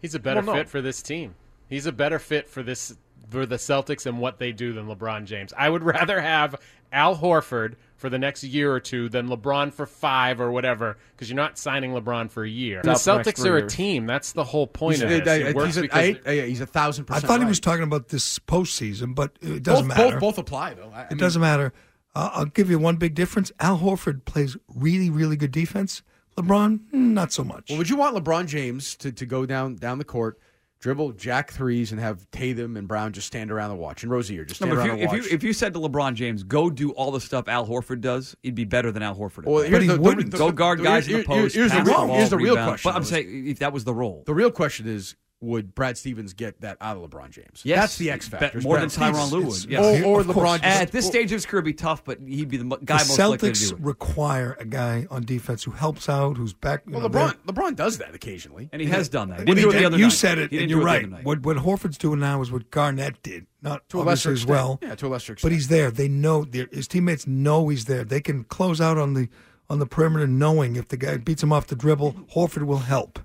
S20: He's a better
S19: Well, no.
S20: fit for this team. He's a better fit for this for the Celtics and what they do than LeBron James. I would *laughs* rather have Al Horford for the next year or two than LeBron for five or whatever because you're not signing LeBron for a year. The
S8: Not for the next
S20: Celtics
S8: three
S20: are a
S8: years.
S20: team. That's the whole point
S8: He's-
S20: of this.
S8: I- I-
S20: It works
S8: he's a-
S20: because-
S8: I- I- he's a thousand
S3: I
S8: percent.
S3: thought he
S8: right.
S3: was talking about this postseason, but it doesn't
S8: both,
S3: matter.
S8: Both, both apply though. I, I
S3: it doesn't matter. Uh, I'll give you one big difference. Al Horford plays really, really good defense. LeBron, mm, not so much.
S8: Well, would you want LeBron James to, to go down down the court, dribble jack threes, and have Tatum and Brown just stand around and watch, and Rozier just
S13: No,
S8: stand
S13: but if
S8: around
S13: you,
S8: and watch?
S13: if, you, if you said to LeBron James, go do all the stuff Al Horford does, he'd be better than Al Horford. at
S8: Well,
S13: that.
S8: here's But he the- the- wouldn't. the-
S13: go guard
S8: the-
S13: guys in
S8: here-
S13: the post.
S8: here's the
S13: pass
S8: real-
S13: ball,
S8: here's the real
S13: rebound.
S8: question
S13: But I'm
S8: was-
S13: saying if that was the role.
S8: the real question is, would Brad Stevens get that out of LeBron James?
S13: Yes,
S8: that's the X
S13: bet-
S8: factor. is
S13: More than
S8: Brad
S13: Tyronn
S8: Stevens.
S13: Lue
S8: It's-
S13: would. yes.
S8: Or, or
S13: Of course.
S8: LeBron. James.
S13: At this stage of his career, would be tough, but he'd be the mo- guy
S3: the
S13: most likely to
S3: Celtics
S13: do it.
S3: require a guy on defense who helps out, who's back. you
S8: Well,
S3: know,
S8: LeBron
S3: there.
S8: LeBron does that occasionally,
S13: And he has done that. He
S3: And
S13: didn't do it the
S3: did-
S13: other
S3: you
S13: night.
S3: said it,
S13: He didn't
S3: and
S13: do
S3: you're
S13: it the
S3: right.
S13: other night.
S3: What what Horford's doing now is what Garnett did, not
S8: To a lesser
S3: obviously as
S8: extent.
S3: well.
S8: Yeah, to a lesser
S3: But
S8: extent.
S3: he's there. They know they're- his teammates know he's there. They can close out on the on the perimeter, knowing if the guy beats him off the dribble, Horford will help.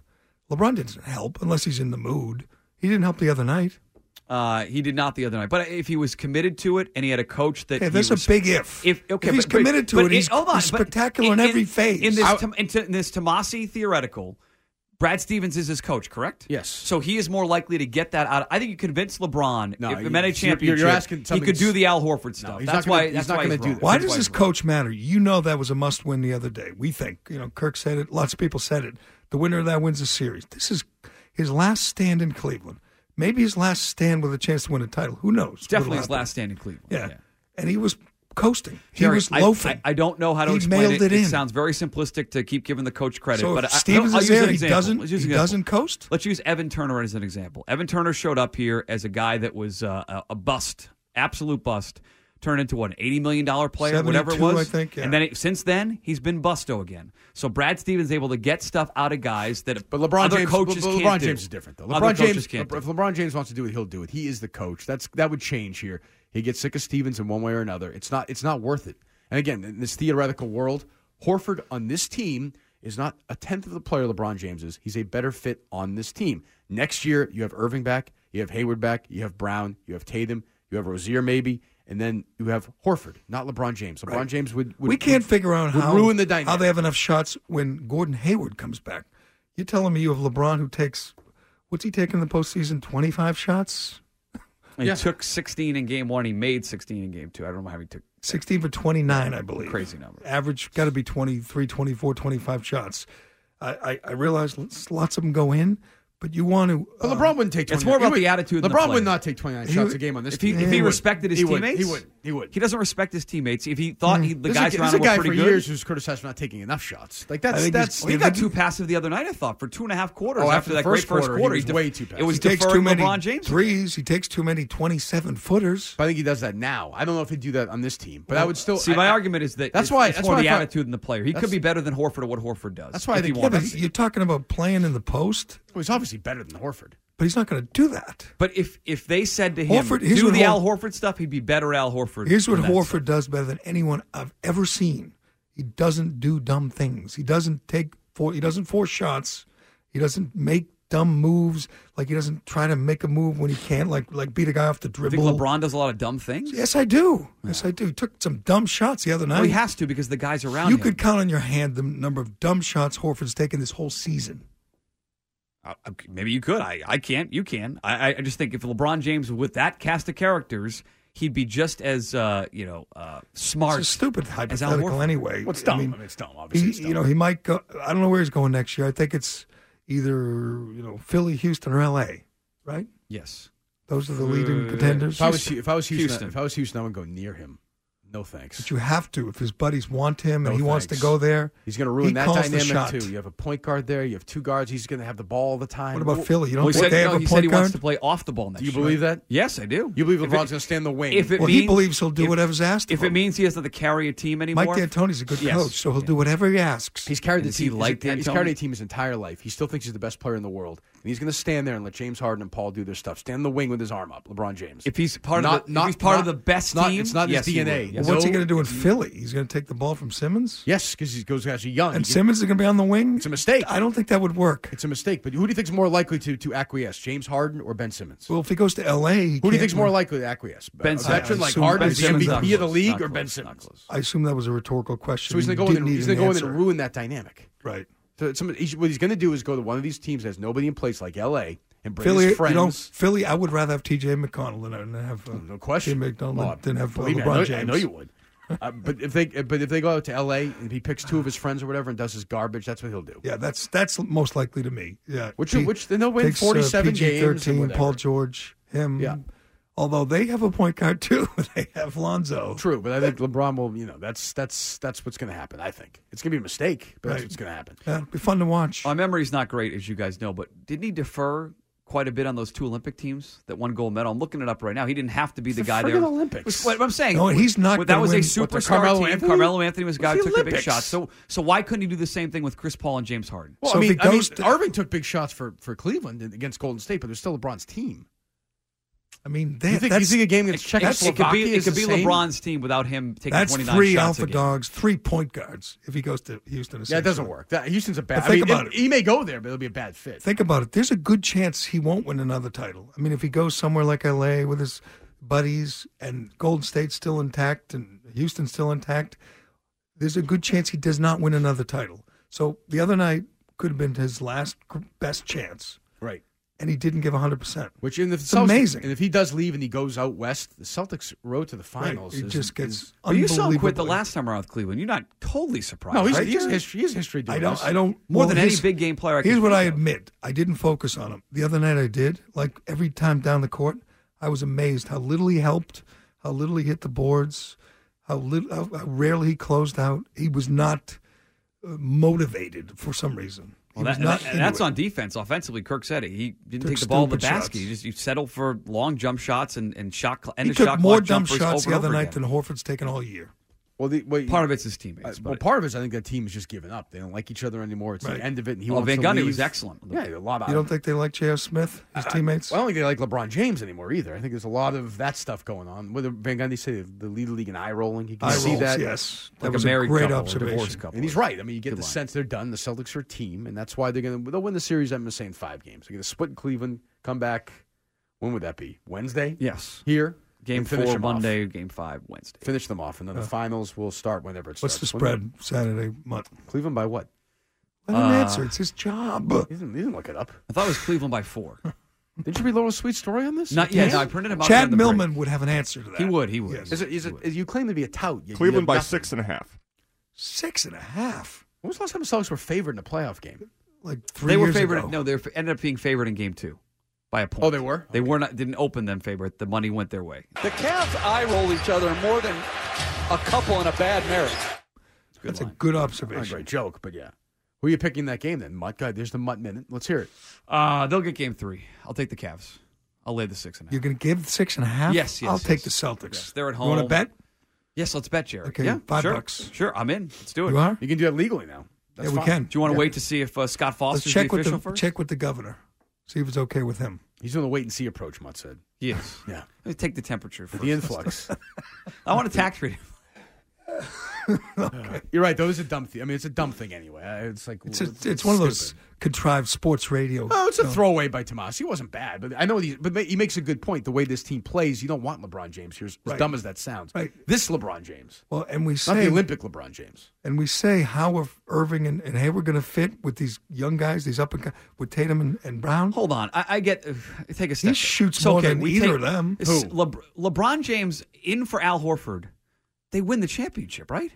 S3: LeBron doesn't help unless he's in the mood. He didn't help the other night.
S13: Uh, he did not the other night. But if he was committed to it and he had a coach that
S3: Hey,
S13: he
S3: that's a
S13: was-
S3: big if.
S13: If, okay,
S3: If he's
S13: but- but-
S3: committed to
S13: but
S3: it, he's-
S13: hold on,
S3: he's
S13: but
S3: spectacular in every phase.
S13: In this,
S3: I-
S13: Tom- in, t- in this Tomasi theoretical, Brad Stevens is his coach, correct? Yes. So he is more likely to get that out. I think you convince LeBron
S8: No,
S13: if
S8: you-
S13: it meant
S8: you're-
S13: a
S8: you're
S13: championship.
S8: asking
S13: he
S8: something
S13: could do
S8: s-
S13: the Al Horford stuff.
S8: he's not
S13: that's
S8: gonna-
S13: why.
S8: he's
S13: that's
S8: not
S13: why
S8: gonna
S13: he's
S8: do
S13: wrong.
S8: that.
S3: Why
S8: That's
S3: does
S8: why
S3: this
S8: he's
S3: coach matter? You know that was a must win the other day. We think, you know, Kirk said it. Lots of people said it. The winner of that wins the series. This is his last stand in Cleveland. Maybe his last stand with a chance to win a title. Who knows?
S13: It's definitely
S3: what'll
S13: his
S3: happen.
S13: last stand in Cleveland.
S3: Yeah. and he was coasting. He
S13: Jerry,
S3: was
S13: I-
S3: loafing.
S13: I, I don't know how to
S3: He
S13: explain
S3: mailed
S13: it.
S3: it in.
S13: sounds very simplistic to keep giving the coach credit.
S3: So if
S13: but I-
S3: Stevens
S13: I'll
S3: is
S13: use an
S3: there, he
S13: example.
S3: doesn't-
S13: Let's use
S3: he
S13: an example.
S3: doesn't coast?
S13: Let's use Evan Turner as an example. Evan Turner showed up here as a guy that was uh, a, a bust, absolute bust. Turned into what an eighty million dollar player, whatever it
S3: 72,
S13: was.
S3: I think, yeah.
S13: And then it, since then, he's been busto again. So Brad Stevens able to get stuff out of guys that but
S8: LeBron
S13: other
S8: James,
S13: coaches
S8: Le-
S13: can't
S8: LeBron
S13: do.
S8: James is different though.
S13: Other
S8: LeBron James,
S13: coaches
S8: uh,
S13: can't.
S8: LeBron- if LeBron James wants to do it, he'll do it. He is the coach. That's that would change here. He gets sick of Stevens in one way or another. It's not it's not worth it. And again, in this theoretical world, Horford on this team is not a tenth of the player LeBron James is. He's a better fit on this team. Next year, you have Irving back, you have Hayward back, you have Brown, you have Tatum, you have Rozier maybe, and then you have Horford, not LeBron James. LeBron
S3: Right.
S8: James would, would
S3: we can't
S8: would-
S3: figure out
S8: would
S3: how
S8: ruin the
S3: how
S8: dynamic.
S3: they have enough shots when Gordon Hayward comes back. You're telling me you have LeBron who takes what's he taking in the postseason? Twenty five shots,
S13: He took sixteen in game one. He made sixteen in game two. I don't know how he took
S3: sixteen for twenty nine, I believe.
S13: Crazy number.
S3: Average got to be 23, 24, 25 shots. I, I, I realize lots lots of them go in, but you want to. uh,
S8: But LeBron wouldn't take. 29.
S13: It's more about
S8: he would-
S13: the attitude than the
S8: LeBron
S13: play.
S8: would not take 29
S13: He
S8: shots
S13: would-
S8: a game on this.
S13: If he,
S8: team.
S13: if he
S8: would.
S13: respected his
S8: He would.
S13: teammates,
S8: He would. He would.
S13: doesn't respect his teammates. If he thought he, the
S8: This is
S13: guys
S8: a,
S13: around
S8: this is a
S13: him
S8: guy
S13: were pretty
S8: for years
S13: good.
S8: who's criticized for not taking enough shots. Like that's
S13: I think
S8: that's
S13: he's- he got too passive the other night. I thought for two and a half quarters
S8: Oh,
S13: after,
S8: after the
S13: that
S8: first
S13: great first
S8: quarter, he
S13: quarter,
S8: was
S13: de-
S8: way too passive.
S13: It was
S3: he takes
S13: deferring
S3: too many
S13: LeBron James.
S3: threes. He takes too many twenty-seven footers.
S8: But I think he does that now. I don't know if he'd do that on this team, but I would still
S13: see.
S8: I-
S13: my
S8: I-
S13: argument is that
S8: that's
S13: it's,
S8: why
S13: it's
S8: that's
S13: more
S8: why
S13: the
S8: I thought-
S13: attitude than the player. He could
S8: that's-
S13: be better than Horford at what Horford does.
S8: That's why I
S13: if he
S8: think-
S3: Yeah,
S13: wants.
S3: but you're talking about playing in the post,
S8: Well, he's obviously better than Horford.
S3: but he's not going to do that.
S13: But if if they said to him,
S3: Horford- here's
S13: do
S3: what
S13: the
S3: Hor-
S13: Al Horford stuff, he'd be better Al Horford.
S3: Here's what
S13: than that
S3: Horford does better than anyone I've ever seen. He doesn't do dumb things. He doesn't take four. He doesn't force shots. He doesn't make dumb moves. Like he doesn't try to make a move when he can't. Like like beat a guy off the
S13: I think
S3: dribble.
S13: LeBron does a lot of dumb things.
S3: Yes, I do. Yes, I do. He took some dumb shots the other night.
S13: Well, he has to because the guys around
S3: you
S13: him.
S3: could count on your hand the number of dumb shots Horford's taken this whole season.
S13: I- I- Uh, Maybe you could. I, I can't. You can. I, I- I just think if LeBron James was with that cast of characters, he'd be just as uh, you know uh, smart.
S3: It's a stupid
S13: as Al
S3: hypothetical
S13: Horford.
S3: anyway. I mean,
S8: obviously
S3: he-
S8: it's
S3: you know,
S8: dumb.
S3: he might go. I don't know where he's going next year. I think it's either you know Philly, Houston, or L.A. Right?
S13: Yes.
S3: Those are the
S8: Uh,
S3: leading contenders.
S8: If I was if I was Houston,
S3: Houston.
S8: if I was Houston, I wouldn't go near him. No thanks.
S3: But you have to if his buddies want him
S8: No
S3: and he wants to
S8: thanks.
S3: go there.
S8: He's going to
S3: he
S8: ruin that
S3: calls the
S8: dynamic
S3: shot.
S8: too. You have a point guard there. You have two guards. He's going to have the ball all the time.
S3: What about Philly? You don't
S8: Well, he
S3: think
S8: said-
S3: they have
S8: no,
S3: a
S8: he
S3: point
S8: said he
S3: guard?
S8: wants
S13: to play off the ball next
S8: Do you
S13: year.
S8: believe that?
S13: Yes, I do.
S8: You believe
S13: If
S8: LeBron's
S13: it-
S8: going to stand in the wing?
S13: If it
S3: Well, he
S13: means-
S3: believes he'll do
S13: if-
S3: whatever's asked
S13: If
S3: of
S13: it means he doesn't have to carry a team anymore,
S3: Mike D'Antoni's a good
S13: Yes.
S3: coach, so he'll do whatever he asks.
S8: He's carried
S13: And
S8: the
S13: is he
S8: team. he's-
S13: like
S8: he's
S13: D'Antoni?
S8: carried a team his entire life. He still thinks he's the best player in the world, and he's going to stand there and let James Harden and Paul do their stuff. Stand in the wing with his arm up, LeBron James.
S13: If he's part of
S8: Not-
S13: the, if
S8: not-
S13: he's part of
S8: not-
S13: the best
S8: not-
S13: team,
S8: it's not in
S13: yes,
S8: his
S13: he
S8: DNA.
S13: would.
S3: Well, what's he going to do in Philly? He's going to take the ball from Simmons?
S8: Yes, because he goes as a young.
S3: And Simmons is going to be on the wing?
S8: It's a mistake.
S3: I don't think that would work.
S8: It's a mistake. But who do you think is more likely to, to acquiesce, James Harden or Ben Simmons?
S3: Well, if he goes to L.A.,
S8: Who do you think is more likely to acquiesce? a veteran like Harden, the MVP of the league, or Ben Simmons?
S3: I assume that was a rhetorical question.
S8: So he's going to go
S3: You
S8: in
S3: didn't
S8: and,
S3: need
S8: he's
S3: an
S8: gonna go in
S3: answer.
S8: and ruin that dynamic.
S3: Right.
S8: So it's- he's- what he's going to do is go to one of these teams that has nobody in place, like L.A., and bring
S3: Philly,
S8: his
S3: you
S8: friends. Oh,
S3: know, Philly. I would rather have T.J. McConnell than, than have uh, no
S8: question.
S3: McDonald
S8: Well,
S3: than have uh,
S8: believe me,
S3: LeBron
S8: I know,
S3: James.
S8: I know you would. Uh, but if they but if they go out to L.A. and he picks two of his friends or whatever and does his garbage, that's what he'll do.
S3: Yeah, that's that's most likely to me. Yeah, uh,
S8: Which- which then they'll win 47 games and
S3: Thirteen,
S8: whatever.
S3: Paul George, him.
S8: Yeah.
S3: Although they have a point guard *laughs* too, they have Lonzo.
S8: True, but I think LeBron will. You know, that's that's that's what's going to happen. I think it's going to be a mistake, but that's
S13: Right.
S8: what's going to happen.
S3: Yeah, it'd be fun to watch.
S13: My memory's not great, as you guys know, but didn't he defer quite a bit on those two Olympic teams that won gold medal? I'm looking it up right now. He didn't have to be the, guy
S8: friggin'
S13: there.
S8: Olympics.
S13: Which- What I'm saying,
S8: No, and he's not
S13: That
S8: gonna
S13: was a
S8: win. What, the
S13: superstar
S8: Carmelo
S13: team.
S8: Anthony?
S13: Carmelo Anthony was the
S8: It was
S13: guy
S8: the
S13: who took the big
S8: Olympics.
S13: shots. So, so why couldn't he do the same thing with Chris Paul and James Harden?
S8: Well, I mean, I mean, Irving took big shots for, for Cleveland and- against Golden State, but it was still LeBron's team.
S3: I mean,
S8: you think, you think a game against
S13: it, it could
S8: Czechoslovakia
S13: be it
S8: is
S13: could
S8: the
S13: be
S8: same?
S13: LeBron's team without him taking
S3: That's
S13: 29
S3: three
S13: shots a
S3: alpha
S13: game.
S3: dogs, three point guards. If he goes to Houston,
S8: Yeah, it doesn't
S3: essentially.
S8: work. That, Houston's a bad.
S3: But think
S8: I mean,
S3: about it.
S8: He may go there, but it'll be a bad fit.
S3: Think about it. There's a good chance he won't win another title. I mean, if he goes somewhere like LA with his buddies and Golden State's still intact and Houston's still intact, there's a good chance he does not win another title. So the other night could have been his last gr- best chance,
S8: Right.
S3: and he didn't give 100%.
S8: Which in the
S3: It's amazing.
S8: And if he does leave and he goes out west, the Celtics road to the
S3: Right.
S8: finals.
S3: It
S8: is-
S3: just gets
S8: is-
S13: But you saw him quit the last time around with Cleveland. You're not totally surprised.
S8: No, he's-
S13: right?
S8: he's history- he's history doing
S13: I
S3: I
S13: don't.
S3: don't. I don't.
S13: More
S3: well,
S13: than any
S3: here's-
S13: big game player. I can
S3: here's what
S13: think
S3: I
S13: of.
S3: admit: I didn't focus on him the other night. I did. Like every time down the court, I was amazed how little he helped, how little he hit the boards, how little, how, how rarely he closed out. He was not uh, motivated for some reason. He
S13: Well, that,
S3: was not
S13: and that's
S3: into it.
S13: on defense. Offensively, Kirk said it. He didn't
S3: Took
S13: take the ball in the
S3: stupid
S13: basket.
S3: shots.
S13: He just you settled for long jump shots and and shot cl- and
S3: He
S13: the
S3: took
S13: shot
S3: more
S13: clock
S3: jump
S13: jumpers
S3: shots
S13: over and
S3: the other
S13: over
S3: night
S13: again.
S3: than Horford's taken all year.
S8: Well, the, well,
S13: Part of it's his teammates.
S8: Uh,
S13: but-
S8: well, part of it is I think that team has just given up. They don't like each other anymore. It's
S3: Right.
S8: the end of it. And he
S13: Well,
S8: wants
S13: Van
S8: to
S13: Gundy
S8: leave.
S13: was excellent.
S8: Yeah, a lot of.
S13: Uh,
S3: You don't think they like J.R. Smith, his teammates?
S8: Well, I don't think they like LeBron James anymore either. I think there's a lot of that stuff going on. Whether Van Gundy say the lead the league in eye rolling, you can
S3: Eye
S8: see
S3: rolls,
S8: that.
S3: yes. That Like a was a married great couple or observation. divorced couple.
S8: And he's right. I mean, you get
S3: Good
S8: the
S3: line.
S8: sense they're done. The Celtics are a team, and that's why they're going to they'll win the series. I'm going to say in five games. They're going to split Cleveland, come back. When would that be? Wednesday.
S13: Yes.
S8: Here.
S13: Game
S8: and finish
S13: four
S8: them off.
S13: Monday, game five Wednesday.
S8: Finish them off, and then
S13: Yeah.
S8: the finals will start whenever it
S3: Uh. What's
S8: starts.
S3: the
S8: When-
S3: spread Saturday month?
S8: Cleveland by what?
S3: Let him
S8: Uh,
S3: answer. It's his job.
S8: He didn't, he didn't look it up.
S13: I thought it was Cleveland by
S3: *laughs*
S13: four.
S8: Did you read Laurel's sweet story on this?
S13: Not yet. No, I printed him out during
S3: Chad
S13: the break.
S3: Millman would have an answer to that.
S13: He would. He would.
S3: Yes.
S8: Is it, is it, is- you claim to be a tout. yet you
S5: Cleveland
S8: have
S5: by
S8: nothing.
S5: six and a half.
S3: Six and a half.
S8: When was the last time the Celtics were favored in a playoff game?
S3: Like three
S13: They were
S3: years
S13: favored.
S3: ago.
S13: No, they were- ended up being favored in game two by a point.
S8: Oh, they were?
S13: They were not. Didn't open them favorite. The money went their way.
S11: The Cavs eye roll each other more than a couple in a bad marriage.
S3: That's a
S13: Oh,
S3: good observation.
S8: Not a great joke, but yeah. Who are you picking in that game then? Mutt guy, there's the Mutt minute. Let's hear it.
S13: Uh, they'll get game three. I'll take the Cavs. I'll lay the six and a half.
S3: You're going to give six and a half?
S13: Yes, yes,
S3: I'll
S13: yes.
S3: take the Celtics.
S13: Yes, they're at
S3: You want
S13: home.
S3: to bet?
S13: Yes, let's bet, Jerry.
S3: Okay,
S13: yeah,
S3: five
S13: sure.
S3: bucks.
S13: Sure, I'm in. Let's do it.
S3: You are?
S8: You can do that legally now.
S3: Yeah, we can.
S13: Do you want to
S3: Yeah.
S13: wait to see if uh, Scott
S3: Let's
S13: Foster's
S3: check
S13: the
S3: with
S13: official
S3: the
S13: first?
S3: check with the governor. See if it's okay with him.
S8: He's doing the wait and see approach, Mutt said.
S13: Yes.
S8: Yeah.
S13: Let me take the temperature first.
S8: The influx.
S13: I want a tax rate. *laughs*
S8: You're right. Though, it's a dumb thing. I mean, it's a dumb thing anyway. I- It's like
S3: It's it's, it's one of those
S8: stupid.
S3: contrived sports radio.
S8: Oh, it's a
S3: No.
S8: throwaway by Tomas. He wasn't bad, but I know he. But he makes a good point. The way this team plays, you don't want LeBron James here. As as
S3: Right.
S8: dumb as that sounds,
S3: Right.
S8: this LeBron James,
S3: Well, and we
S8: not the
S3: say
S8: Olympic LeBron James.
S3: and we say how are Irving and, and Hayward going to fit with these young guys, these up and co- with Tatum and, and Brown?
S13: Hold on, I, I get. uh, Take a step. back.
S3: shoots
S13: It's
S3: more
S13: okay,
S3: than
S13: we
S3: either
S13: take-
S3: of them.
S13: it's Lebr- LeBron James in for Al Horford. They win the championship, right?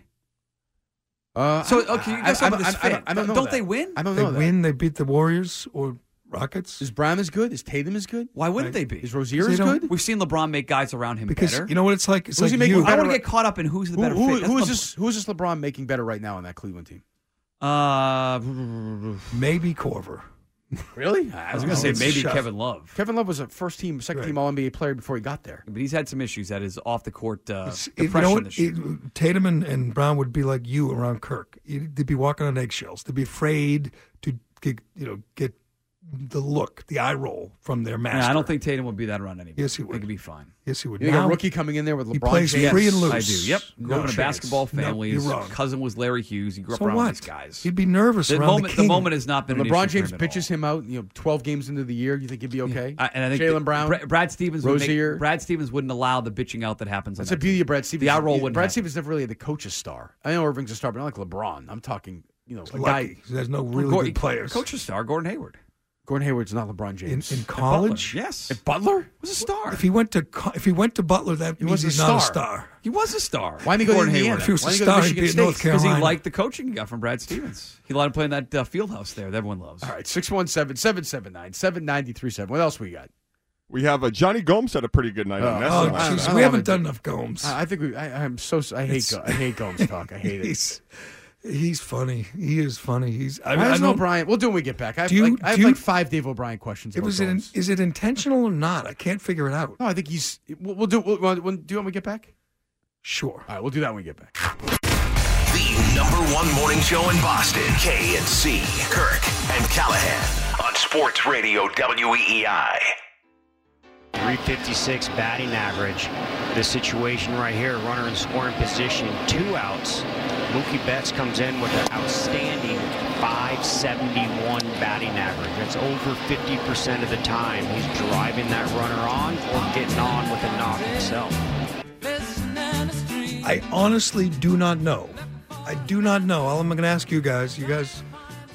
S8: Uh,
S13: So,
S8: I don't-
S13: okay, you
S8: I-
S13: guys
S8: I,
S13: have
S8: don't-
S13: this
S8: I, don't-
S13: fit.
S8: I don't know.
S13: Don't
S8: that.
S13: they win?
S8: I don't
S3: they
S8: know. that.
S3: win. They beat the Warriors or Rockets
S8: Is Brown as good? Is Tatum as good?
S13: Why wouldn't
S8: Right.
S13: they be?
S8: Is Rozier
S3: They
S8: as
S3: don't-
S8: good?
S13: We've seen LeBron make guys around him
S3: because
S13: better.
S3: you know what it's like. It's
S8: Who's he
S3: like
S8: making
S3: you.
S13: I don't
S8: better
S13: want to get caught up in who's the
S8: Who,
S13: better
S8: who,
S13: fit.
S8: who is
S13: That's
S8: this? Who is this LeBron making better right now on that Cleveland team?
S13: the- Uh,
S3: maybe Corver.
S8: Really? I was
S13: I
S8: going to
S13: was
S8: say
S13: gonna say
S8: maybe.
S13: maybe
S3: Shuff.
S13: Kevin Love,
S8: Oh, Kevin Love was a first team, second team All NBA player before he got there.
S13: but he's had some issues at his off the court uh,
S3: It's- it- you
S13: depression
S3: know what?
S13: this year.
S3: It- Tatum and, and Brown would be like you around Kirk. You- They'd be walking on eggshells. They'd be afraid to get, you know get the look, the eye roll from their master.
S13: Yeah, I don't think Tatum would be that run anymore.
S3: Yes, he would.
S13: He could be fine.
S3: Yes, he would.
S13: You think a
S3: Now-
S13: rookie coming in there with
S3: He
S13: LeBron
S3: plays
S13: James?
S3: free and loose.
S13: I do. Yep.
S3: No
S13: Grew up in a
S3: chance.
S13: basketball
S3: No,
S13: family.
S3: you're
S13: His
S3: wrong.
S13: cousin was Larry Hughes. He grew up
S3: So
S13: around
S3: what?
S13: these guys.
S3: He'd be nervous
S13: The
S3: around the
S13: moment,
S3: king.
S13: moment has not been an
S8: LeBron
S13: issue for
S8: James
S13: him at all.
S8: pitches him out, you know, 12 games into the year. You think he'd be okay?
S13: I- and I think
S8: Jalen
S13: that
S8: Brown,
S13: Brad, Brad Stevens, would make-
S8: Rozier.
S13: Brad Stevens wouldn't allow the bitching out that happens.
S8: That's
S13: on
S8: the beauty of Brad Stevens.
S13: The eye roll wouldn't.
S8: Brad
S13: happen.
S8: Stevens never really had the coach's star. I know Irving's a star, but not like LeBron. I'm talking, you know, a
S3: lucky.
S8: guy.
S3: There's no really
S8: Gordon-
S3: good players.
S13: Coach's star, Gordon Hayward.
S8: Gordon Hayward's not LeBron James
S3: in college?
S13: Yes.
S8: At Butler was a star.
S3: If he went to co- if he went to Butler, that
S8: He was
S3: means
S8: a
S3: he's not
S8: star.
S3: a star.
S13: He was a star.
S8: Why didn't he go to
S13: Gordon
S8: Indiana?
S13: Hayward.
S8: If he was a
S13: Why didn't
S8: star,
S13: he
S8: he'd
S13: go
S8: be
S13: to
S8: at
S13: Michigan
S8: North
S13: State? Because he
S8: Carolina.
S13: liked the coaching he got from Brad Stevens. He liked playing that uh, field house there that everyone loves.
S3: Uh,
S8: All right, 617 779 7937. What else we got?
S5: We have a Johnny Gomes had a pretty good night on
S8: Oh,
S5: National.
S8: oh,
S5: Night.
S8: jeez, I we love haven't it. done enough Gomes. I- I think we. I, I'm so. I hate. Go- I hate Gomes talk. I
S3: *laughs*
S8: hate it.
S3: he's, he's funny. He is funny. He's. I,
S8: Why
S3: I
S8: isn't
S3: don't-
S8: O'Brien? We'll do when we get back. I have,
S3: Do you-
S8: like, I have
S3: do you-
S8: like five Dave O'Brien questions.
S3: It
S8: about
S3: was in,
S8: Gomes.
S3: is it intentional or not? I can't figure it out.
S8: No, I think he's. We'll, we'll do. We'll, we'll, do you want me to get back?
S3: Sure.
S8: All right, we'll do that when we get back.
S1: The number one morning show in Boston. K and C, Kirk and Callahan on Sports Radio E WEEI.
S2: 356 batting average. This situation right here, runner in scoring position, two outs. Mookie Betts comes in with an outstanding 571 batting average. That's over 50% of the time he's driving that runner on or getting on with a knock himself.
S3: I honestly do not know. I do not know. All I'm going to ask you guys, you guys,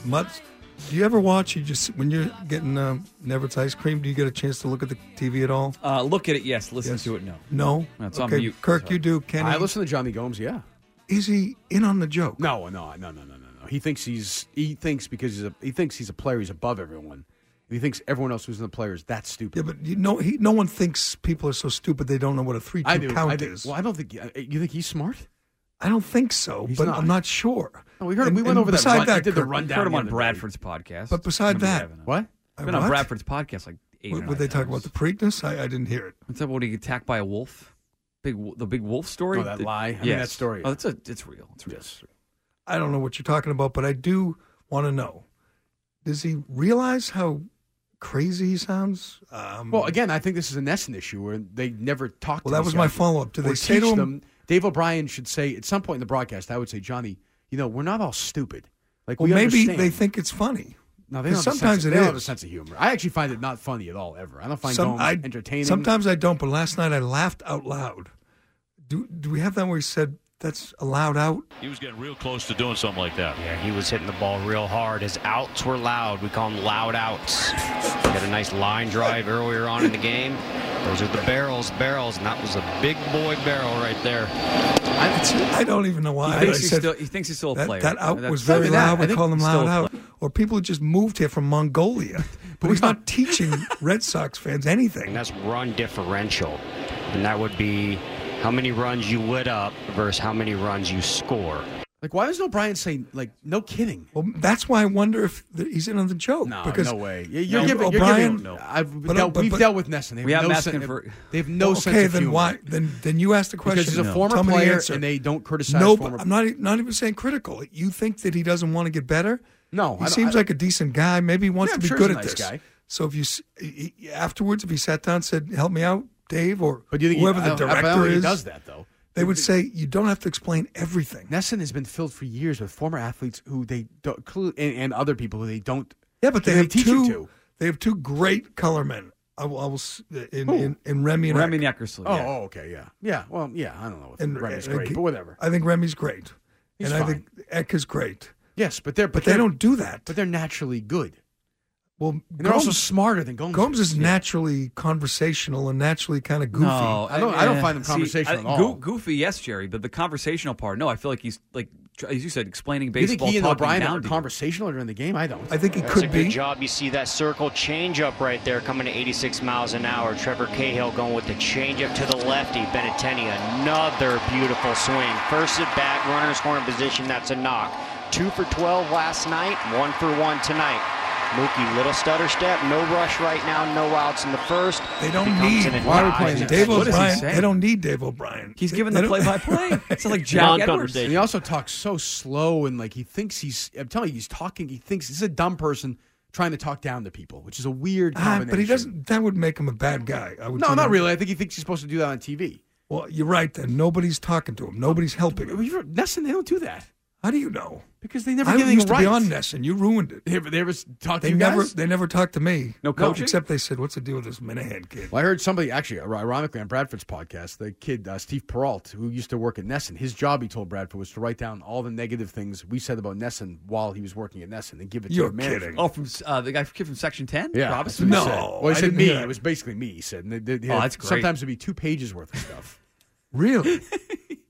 S3: must, do you ever watch? You just when you're getting uh, Never's ice cream, do you get a chance to look at the TV at all?
S13: Uh, look at it, yes. Listen to it, no.
S3: No.
S13: That's
S3: okay.
S13: on mute.
S3: Kirk, you do. Kenny,
S8: I listen to Johnny Gomes. Yeah.
S3: is he in on the joke?
S8: No, no, no, no, no, no, no. He thinks he's. He thinks because he's a. He thinks he's a player. He's above everyone. He thinks everyone else who's in the player is that stupid.
S3: Yeah, but you know, he, no one thinks people are so stupid they don't know what a three-two
S8: I do.
S3: count
S8: I think,
S3: is.
S8: Well, I don't think. uh, You think he's smart?
S3: I don't think so,
S8: He's
S3: but
S8: not.
S3: I'm not sure.
S8: No, we heard.
S3: And-
S8: we went
S3: and
S8: over that.
S3: beside
S8: Run, we did the
S3: Kirk,
S8: rundown.
S13: Heard him
S8: the
S13: on
S8: other day.
S13: Bradford's podcast.
S3: But beside
S13: Remember
S3: that-
S13: having him.
S8: What?
S13: Been on
S3: What?
S13: Bradford's podcast like eight. or
S3: What,
S13: nine
S3: were they
S13: times.
S3: talking about the Preakness? I, I didn't hear it.
S13: What's that? What he get attacked by a wolf? Big wo- the big wolf story.
S8: Oh, that lie? I mean, that story,
S13: Oh, it's a it's real. It's real.
S3: I don't know what you're talking about, but I do want to know. Does he realize how crazy he sounds? Um,
S8: Well, again, I think this is an Nesson issue where they never talked.
S3: Well,
S8: to
S3: that
S8: these
S3: was my
S8: guys
S3: follow-up. Do
S8: or
S3: they say to
S8: teach
S3: him-
S8: them? Dave O'Brien should say at some point in the broadcast. I would say, Johnny, you know, we're not all stupid. Like,
S3: well,
S8: we
S3: maybe
S8: understand.
S3: they think it's funny.
S8: No, they
S3: 'Cause
S8: don't have a
S3: sometimes
S8: sense of,
S3: it
S8: they don't have a
S3: is.
S8: sense of humor. I actually find it not funny at all. Ever. I don't find Gomes
S3: I-
S8: entertaining.
S3: Sometimes I don't, but last night I laughed out loud. Do do we have that where he said that's allowed out?
S21: He was getting real close to doing something like that.
S2: Yeah, he was hitting the ball real hard. His outs were loud. We call them loud outs. Got a nice line drive earlier on in the game. Those are the barrels, barrels, and that was a big boy barrel right there.
S3: I don't even know why.
S13: He thinks
S3: I
S13: he's
S3: said-
S13: still- he thinks he's still a
S3: that,
S13: player.
S3: That out
S13: That's-
S3: was very
S13: Not only that,
S3: loud.
S13: I
S3: We
S13: think
S3: call them
S13: he's still
S3: loud
S13: a
S3: out. Or people who just moved here from Mongolia.
S8: *laughs*
S3: But he's not teaching Red Sox fans anything.
S2: And that's run differential. And that would be how many runs you lit up versus how many runs you score.
S8: like, why does O'Brien say like, no kidding?
S3: Well, that's why I wonder if th- he's in on the joke.
S8: No,
S3: because
S8: no way. You- You're giving.
S3: O'Brien-
S8: you're giving I've
S3: But, uh,
S8: dealt,
S3: but-
S8: we've
S3: but-
S8: dealt with Nesson. They have
S13: We have
S8: no
S13: him asking
S8: sense,
S13: for-
S8: They have no
S3: okay,
S8: sense of
S3: then
S8: humor.
S3: why? Then then you ask the question.
S8: Because he's a former
S3: Tell me the
S8: player
S3: answer.
S8: and they don't criticize
S3: No,
S8: former-
S3: but I'm not e- not even saying critical. You think that he doesn't want to get better?
S8: No,
S3: he
S8: I don't-
S3: seems
S8: I-
S3: like a decent guy. Maybe he wants
S8: Yeah,
S3: to
S8: I'm
S3: be
S8: sure
S3: good
S8: he's a
S3: at
S8: nice
S3: this.
S8: guy.
S3: So if you s- he- he- afterwards, if he sat down and said, "Help me out, Dave," or
S8: But do you think he-
S3: whoever
S8: I
S3: the
S8: don't- I don't
S3: director
S8: think he
S3: is
S8: does that, though.
S3: They would say you don't have to explain everything.
S8: Nesson has been filled for years with former athletes who they don't, clu- and, and other people who they don't.
S3: Yeah, but
S8: who
S3: they have
S8: teach him
S3: two.
S8: to.
S3: They have two great color men. I will, I will s- uh, in,
S8: Who?
S3: in in Remy and
S13: Remy
S3: Eck.
S13: Neckersley.
S8: Oh, oh, okay, yeah, yeah. Well, yeah, I don't know if
S3: And- uh,
S8: Remy's
S3: and-
S8: great, but whatever.
S3: I think Remy's great,
S8: He's
S3: and I
S8: fine.
S3: think Eck is great.
S8: Yes, but they're but,
S3: But they
S8: they're-
S3: don't do that.
S8: But they're naturally good.
S3: Well,
S8: And they're also smarter than Gomes.
S3: Gomes is naturally conversational and naturally kind of goofy.
S13: No, eh, see, I- goo-
S3: Goo-
S13: Goofy, yes, Jerry, but the conversational part, no. I feel like he's like tr- as you said, explaining
S8: You think
S13: baseball.
S8: he and
S13: talking
S8: O'Brien
S13: down
S8: are
S13: to you.
S8: conversational during the game? I don't.
S3: I think he
S2: That's a good job. You see that circle changeup right there coming to 86 miles an hour. Trevor Cahill going with the changeup to the lefty. Benetendi, another beautiful swing. First at bat, runner in scoring position. That's a knock. Two for 12 last night, one for one tonight. Mookie, little stutter step, no rush right now, no outs in the first.
S3: They don't
S2: Becomes
S3: need
S2: an advised-
S3: Dave
S13: What is he
S3: O'Brien.
S13: saying?
S3: They don't need Dave O'Brien.
S13: He's
S3: They-
S13: giving
S3: they
S13: the
S3: don't- *laughs*
S13: play-by-play. It's like Jack Edwards.
S8: And he also talks so slow and like he thinks he's. I'm telling you, he's talking. He thinks he's a dumb person trying to talk down to people, which is a weird
S3: Ah,
S8: combination.
S3: but he doesn't. That would make him a bad guy. I would
S8: No,
S3: say
S8: not
S3: that.
S8: really. I think he thinks he's supposed to do that on TV.
S3: Well, you're right. Then nobody's talking to him. Nobody's helping him.
S8: Nesson, they don't do that.
S3: How do you know?
S8: Because they never
S3: I
S8: get
S3: used
S8: anything
S3: to
S8: right.
S3: be on Nesson. You ruined it.
S8: They, they ever talk to
S3: They
S8: you
S3: never.
S8: guys?
S3: They never talked to me.
S8: No coaching?
S3: except they said, "What's the deal with this Minahan kid?"
S8: Well, I heard somebody actually, ironically, on Bradford's podcast, the kid uh, Steve Peralt, who used to work at Nesson, his job he told Bradford was to write down all the negative things we said about Nesson while he was working at Nesson and give it
S13: You're
S8: to the manager.
S13: Oh, from uh, the guy kid from Section Ten,
S8: Yeah,
S13: Robinson.
S8: that's what he said. Well, he said me.
S13: hear that.
S8: It was basically me. He said. And they, they, they
S13: Oh,
S8: had-
S13: that's great.
S8: Sometimes it'd be two pages worth of stuff, *laughs*
S3: Really?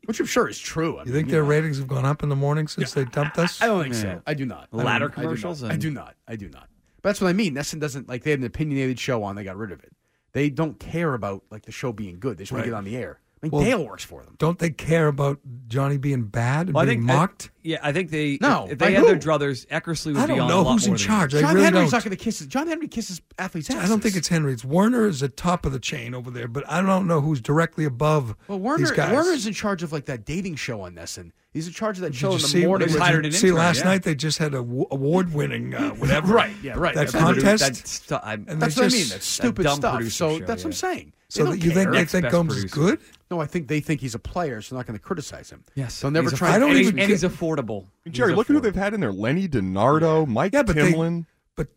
S8: which I'm sure is true. I
S3: You think
S8: mean,
S3: their
S8: know.
S3: ratings have gone up in the morning since they dumped us?
S8: I don't think so. I do not. I don't- I do not. I do not. I do not. But that's what I mean. Nesson doesn't like. They had an opinionated show on. They got rid of it. They don't care about like the show being good. They just want to
S3: Right.
S8: get on the air. I mean,
S3: Well,
S8: Dale works for them.
S3: Don't they care about Johnny being bad and
S13: Well, I
S3: being
S13: think
S3: mocked?
S13: I, yeah, I think they.
S8: No,
S13: if, if they
S8: by
S13: had their
S8: who?
S13: druthers, Eckersley would
S3: I
S13: be
S3: don't
S13: on
S3: know
S13: a lot
S3: who's in
S13: more than-
S3: charge. I
S8: John
S3: really
S8: Henry's
S3: don't.
S8: not going to kiss. John Henry kisses athletes' asses.
S3: I don't think it's Henry. It's Werner is the top of the chain over there, but I don't know who's directly above
S8: Well, Werner,
S3: these guys.
S8: Werner's in charge of like that dating show on Nesson. He's in charge of that
S3: Did
S8: show
S3: you
S8: in the
S3: see,
S8: morning.
S3: did you see last night they just had a w- award-winning
S8: *laughs*
S3: uh, whatever.
S8: Right, yeah, right.
S3: That
S8: That's what I mean.
S3: contest.
S8: That's
S13: stu- I-
S3: And they
S8: That's what I
S3: just-
S8: mean. That's stupid
S13: dumb
S8: stuff.
S13: producer
S8: So
S13: show,
S8: that's what I'm
S13: yeah.
S8: saying.
S3: So
S8: They
S3: that
S8: don't
S3: you think-
S8: care.
S3: they Next think best Gomes is producer. good?
S8: No, I think they think he's a player, so they're not going to criticize him.
S13: Yes,
S8: they'll never
S13: he's
S8: try.
S13: I don't
S8: and
S13: even and he's affordable.
S5: Jerry, look at who they've had in there: Lenny DiNardo, Mike
S3: Yeah, but they-
S5: Timlin.
S3: but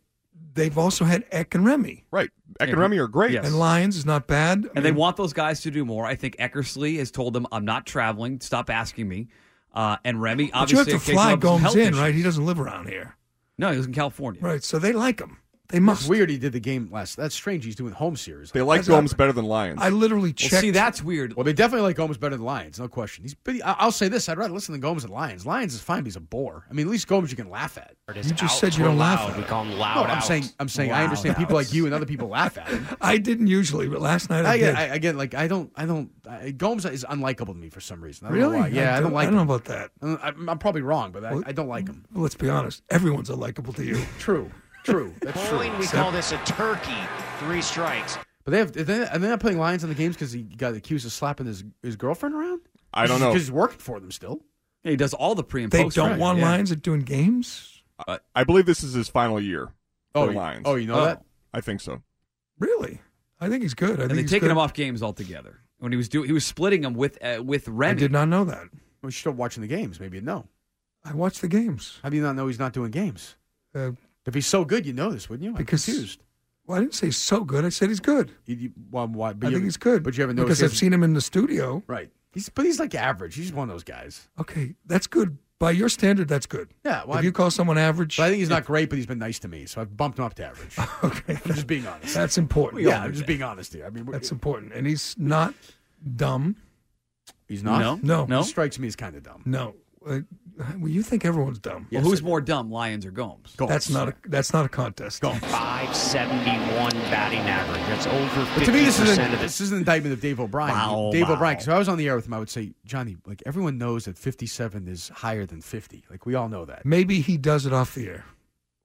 S3: they've also had Eck and Remy.
S5: Right, Eck and
S13: Yeah.
S5: Remy are great.
S13: Yes.
S3: And Lions is not bad. I
S13: and they
S3: mean,
S13: want those guys to do more. I think Eckersley has told them, "I'm not traveling. Stop asking me." Uh, and Remy
S3: but you have
S13: obviously
S3: to
S13: in case
S3: fly
S13: of some
S3: Gomes
S13: health
S3: in,
S13: issues.
S3: right? He doesn't live around here,
S13: No, he was in California.
S3: right? So they like him. They
S8: It's
S3: must.
S8: weird he did the game last. That's strange. He's doing home series.
S5: They like
S8: That's not-
S5: Gomes better than Lions.
S3: I literally
S8: Well,
S3: checked.
S8: see, that's weird. Well, they definitely like Gomes better than Lions, no question. He's, but he- I- I'll say this: I'd rather listen to Gomes than Lions. Lions is fine, but he's a bore. I mean, at least Gomes you can laugh at.
S3: You just said you don't laugh. At
S2: We
S3: it.
S2: call him
S8: no,
S2: loud.
S8: I'm
S2: outs.
S8: saying, I'm saying, I
S2: Loud
S8: understand people like you and other people laugh at. Him.
S3: I didn't usually, but last night I,
S8: I
S3: did.
S8: get, I, I get, like, I don't, I don't. I, Gomes is unlikable to me for some reason. I don't
S3: really?
S8: Know why. Yeah, I, don't like.
S3: I don't
S8: him.
S3: know about that.
S8: I- I'm, I'm probably wrong, but I,
S3: Well-
S8: I don't like him.
S3: Well, let's be honest. Everyone's unlikable to you.
S8: True, true. *laughs* That's true.
S2: Bowling, we call this a turkey. Three strikes.
S8: But they have, and they're and they're not playing Lions on the games because he got accused of slapping his, his girlfriend around.
S5: I don't know.
S8: because he's working for them still.
S13: He does all the pre and
S3: They
S13: post.
S3: don't
S13: right?
S3: want
S13: Yeah.
S3: Lions at doing games.
S5: I, I believe this is his final year
S8: Oh,
S5: for
S8: you-
S5: Lions.
S8: oh, you know Oh. that?
S5: I think so.
S3: Really? I think he's good. I
S13: And
S3: think
S13: they've
S3: he's
S13: taken
S3: good.
S13: him off games altogether. When he was doing, he was splitting them with uh, with
S3: I
S13: Remy.
S3: did not know that.
S8: Well, you're still watching the games. Maybe you know.
S3: I watched the games
S8: How do you not know he's not doing games?
S3: uh,
S8: If he's so good, you know this, wouldn't you? I'm
S3: because
S8: confused.
S3: Well, I didn't say so good. I said he's good.
S8: You, you, why, why, but
S3: I
S8: you
S3: think
S8: haven't-
S3: he's good.
S8: But you haven't noticed
S3: because
S8: he
S3: I've
S8: hasn't-
S3: seen him in the studio.
S8: Right. He's but he's like average. He's one of those guys.
S3: Okay, that's good by your standard. That's good.
S8: Yeah. Well,
S3: if
S8: I,
S3: you call someone average,
S8: but I think he's not great, but he's been nice to me, so I've bumped him up to
S3: *laughs*
S8: average.
S3: okay,
S8: I'm just being honest.
S3: that's important.
S8: yeah, I'm just being honest here. I mean,
S3: that's important. And he's not dumb.
S8: he's not.
S13: No?
S3: No,
S13: No?
S8: He strikes me as kind of dumb.
S3: no. Uh, well, you think everyone's dumb.
S13: Well, who's more dumb, Lions or Gomes?
S8: Goals.
S3: That's not a that's not a contest.
S2: 571 batting average. That's over 50%
S8: But to me, this is,
S2: of
S8: an,
S2: the
S8: this is an indictment of Dave O'Brien.
S2: Wow,
S8: Dave
S2: wow.
S8: O'Brien, because if I was on the air with him, I would say, Johnny, like everyone knows that 57 is higher than 50. Like we all know that.
S3: Maybe he does it off the air.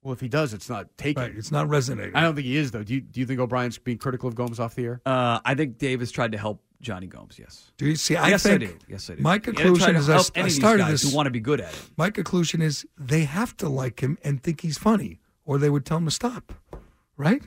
S8: Well, if he does, it's not taken.
S3: Right, it's not resonating.
S8: I don't think he is, though. Do you, do you think O'Brien's being critical of Gomes off the air?
S13: Uh, I think Dave has tried to help Johnny Gomes. Yes.
S3: Do you see? I
S13: yes,
S3: think
S13: I do. Yes, I do.
S3: my
S13: And I've tried
S3: conclusion
S13: to
S3: is I-
S13: help
S3: I
S13: any of these
S3: started
S13: guys
S3: this-
S13: Who want to be good at it?
S3: My conclusion is they have to like him and think he's funny, or they would tell him to stop. Right?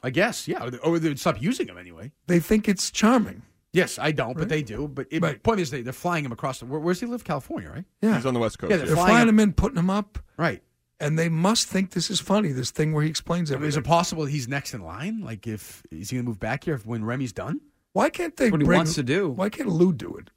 S8: I guess, yeah. Or they, or they would stop using him anyway.
S3: They think it's charming.
S8: Yes, I don't, but they do. But it,
S3: Right.
S8: point is, they, they're flying him across the. Where, where's he live? California, right?
S3: Yeah,
S5: He's on the West Coast.
S8: Yeah,
S3: they're
S8: they're
S3: flying,
S8: flying him-
S3: him in, putting him up,
S8: Right.
S3: and they must think this is funny. This thing where he explains
S8: I mean, is
S3: everything.
S8: it possible that he's next in line? Like, if is he going to move back here if, when Remy's done?
S3: why can't they
S13: What he
S3: bring?
S13: wants to do.
S3: Why can't Lou do it?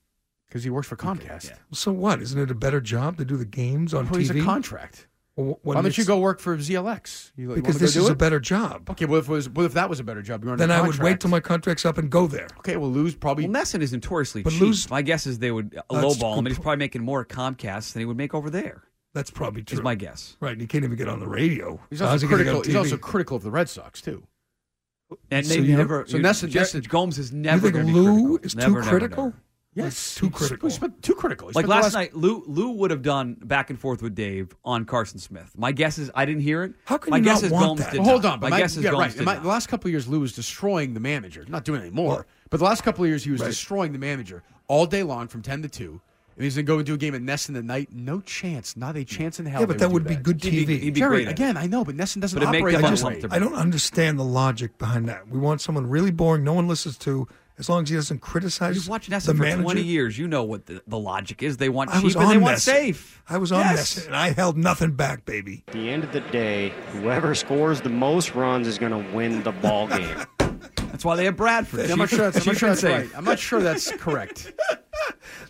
S8: Because he works for Comcast.
S3: So what? Isn't it a better job to do the games on
S8: Well, he's
S3: TV?
S8: a contract.
S3: Well,
S8: Why
S3: when
S8: don't
S3: it's-
S8: you go work for ZLX? You, you wanna
S3: Because
S8: go
S3: this
S8: do
S3: is
S8: it?
S3: a better job.
S8: Okay, well if, it was, well, if that was a better job, you're under
S3: Then I would
S8: contract.
S3: wait till my contract's up and go there.
S8: Okay, well, Lou's probably.
S13: Well, Nesson is notoriously
S3: But
S13: cheap.
S3: lose-
S13: my guess is they would uh,
S3: That's
S13: lowball him,
S3: good
S13: and he's
S3: po-
S13: probably making more at Comcast than he would make over there.
S3: That's probably true.
S13: Is my guess.
S3: Right, and he can't even get on the radio.
S8: He's
S3: So how's
S8: also
S3: he gonna get
S8: critical.
S3: on
S8: He's
S3: TV?
S8: also critical of the Red Sox too.
S13: And
S3: So
S13: they
S3: you-
S13: never.
S8: so
S13: you-
S8: Nesson-
S13: Jer-
S8: Nesson-
S13: Gomes is
S3: you
S13: never.
S3: think
S13: gonna be
S3: Lou
S13: critical.
S3: is
S13: Never,
S3: too
S13: never,
S3: critical?
S13: never.
S8: Yes,
S3: too
S8: he's- he's
S3: critical.
S8: been too critical. He's
S13: Like
S8: been the
S13: last,
S8: last
S13: night, Lou Lou would have done back and forth with Dave on Carson Smith. My guess is I didn't hear it.
S3: How can
S13: my
S3: you
S13: guess
S3: not
S13: is
S3: want
S13: Gomes
S3: that?
S13: did.
S8: Well, hold
S13: not.
S8: on, but
S13: my, guess is
S8: yeah,
S13: Gomes
S8: right.
S13: did.
S8: My-
S13: not.
S8: the last couple of years, Lou was destroying the manager. Not doing it anymore, but the last couple of years, he was
S3: Right.
S8: destroying the manager all day long from ten to two. And he's going to go and do a game at Nesson at night. No chance, not a chance in hell.
S3: Yeah, but
S8: they
S3: that
S8: would
S3: would
S8: do
S3: be good
S8: He'd
S3: TV.
S8: he'd Jerry, again, I know, but Nesson doesn't operate
S3: I,
S8: that
S3: just-
S8: way.
S3: I don't understand the logic behind that. We want someone really boring, no one listens to, as long as he doesn't criticize
S13: You've watched
S3: the
S13: Nesson for
S3: manager.
S13: 20 years. You know what the, the logic is. They want
S3: I was
S13: cheap and they
S3: on
S13: want
S3: Nesson.
S13: safe.
S3: I was on
S13: Yes.
S3: Nesson, and I held nothing back, baby.
S2: At the end of the day, whoever scores the most runs is going to win the ball
S15: *laughs*
S2: game.
S13: That's why they have Bradford. *laughs*
S8: I'm not sure that's, I'm not sure that's
S2: Cheap
S8: right.
S2: and safe.
S8: I'm not sure that's correct.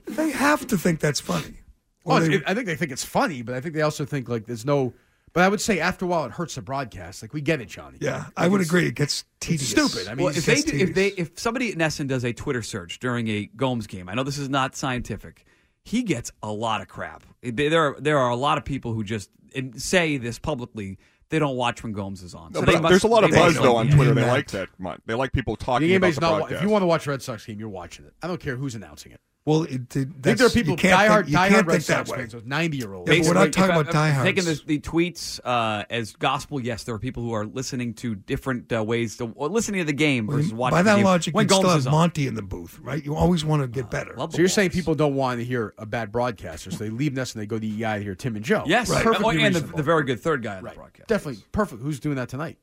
S3: They have to think that's funny.
S8: Oh,
S3: Or
S8: it's-
S3: they-
S8: it- I think they think it's funny, but I think they also think like there's no. But I would say after a while it hurts the broadcast. Like we get it, Johnny.
S3: Yeah,
S8: Like,
S3: I would
S8: it's-
S3: agree. It gets
S8: it's
S3: tedious.
S8: stupid. I mean,
S13: well, if they, do, if they if somebody at Nesson does a Twitter search during a Gomes game, I know this is not scientific. He gets a lot of crap. It- There are, there are a lot of people who just and say this publicly. They don't watch when Gomes is on.
S5: No,
S13: So
S5: but
S13: they must-
S5: there's a lot of
S13: they must
S5: buzz though
S13: know
S5: on
S13: the
S5: Twitter.
S13: game.
S5: They like that. mon- They like people
S8: If
S5: talking
S8: anybody's
S5: about the
S8: not, if
S5: broadcast.
S8: you want to watch a Red Sox game, you're watching it. I don't care who's announcing it.
S3: Well, it, it,
S8: I think there are
S3: that's-
S8: people
S3: you can't
S8: diehard,
S3: think, you
S8: diehard
S3: can't
S8: Red
S3: think that
S8: Sox
S3: way.
S8: fans, ninety year olds.
S3: Yeah, but we're not
S13: Basically,
S3: talking
S13: if
S3: about
S13: I'm-
S3: diehards.
S13: I'm Taking the, the tweets uh, as gospel, yes, there are people who are listening to different uh, ways to or listening to the game versus watching.
S3: By
S13: the
S3: that
S13: game
S3: logic,
S13: when
S3: you still
S13: Gomes
S3: have
S13: is on.
S3: Monty in the booth, right? You always want to get better.
S8: So you're saying people don't want to hear a bad broadcaster, so they leave Ness and they go to EI to hear Tim and Joe.
S13: Yes,
S8: Right.
S13: Oh,
S8: perfectly
S13: and the,
S8: reasonable.
S13: the very good third guy on the broadcast.
S8: Definitely perfect. Who's doing that tonight?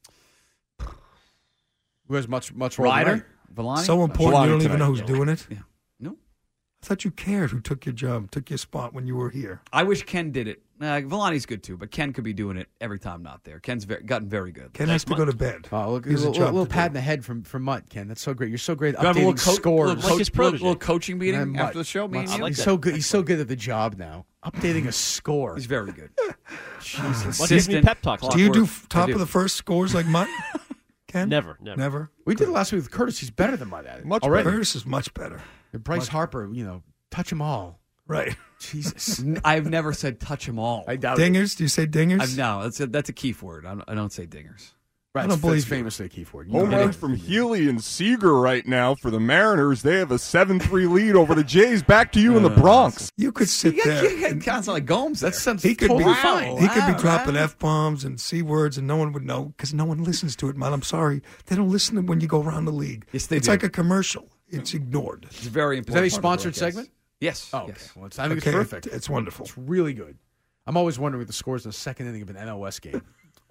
S8: Who has much much role
S13: Ryder?
S8: tonight?
S13: Villani?
S3: so important you don't even know who's
S8: Yeah.
S3: doing it. Yeah.
S13: No.
S3: I thought you cared who took your job, took your spot when you were here.
S13: I wish Ken did it. Uh, Villani's good too, but Ken could be doing it every time not there. Ken's very, gotten very good.
S3: Ken has to go to bed.
S8: Oh, look,
S3: He has
S8: little,
S3: a job
S8: little
S3: to
S8: pat in the head from from Mutt, Ken. That's so great. You're so great. at
S13: Grab a
S8: updating
S13: little co-
S8: scores,
S13: little- like his Little- protege. little coaching meeting
S8: And then
S13: after the show, me and
S8: Mutt's-
S13: you? I like
S8: he's
S13: that.
S8: so good. He's so good at the job now. Updating a score. He's
S13: very good.
S8: Jesus.
S3: Well, gives me pep talks. Do you do f- top of the first scores
S13: *laughs*
S3: like Mutt? Ken?
S8: Never,
S3: never. Never?
S8: We did it last week with Curtis. He's better than Mutt at it.
S3: Much
S8: already.
S3: better. Curtis is much better.
S8: And Bryce
S3: Much-
S8: Harper, you know, touch them all.
S3: Right.
S8: *laughs* Jesus.
S13: I've never said touch them all. I
S8: doubt
S3: Dingers? Do you say dingers?
S13: I've, no, that's a, that's a Keefe word. I'm, I don't say dingers.
S8: Right,
S3: I don't believe you.
S8: famously a Keefe word. You
S5: Home
S8: know
S5: run
S8: it.
S5: from Healy and Seager right now for the Mariners. They have a 7 3 lead over the Jays. Back to you in the Bronx.
S3: You could sit there.
S13: Kind of like Gomes. That sounds
S3: He could be
S13: totally fine.
S3: he could be
S13: Wow,
S3: dropping
S13: wow.
S3: f bombs and c words, and no one would know because no one listens to it, man. I'm sorry, they don't listen to when you go around the league.
S13: Yes, they
S3: it's
S13: do.
S3: like a commercial. It's ignored.
S13: It's very
S8: Is that
S13: important.
S8: a
S13: part of the
S8: sponsored
S13: broadcast.
S8: segment?
S13: Yes.
S8: Oh, okay.
S13: yes.
S8: Well, it's, I think
S3: Okay,
S8: it's perfect.
S3: it- it's wonderful.
S8: It's really good. I'm always wondering what the scores in the second inning of an NOS game.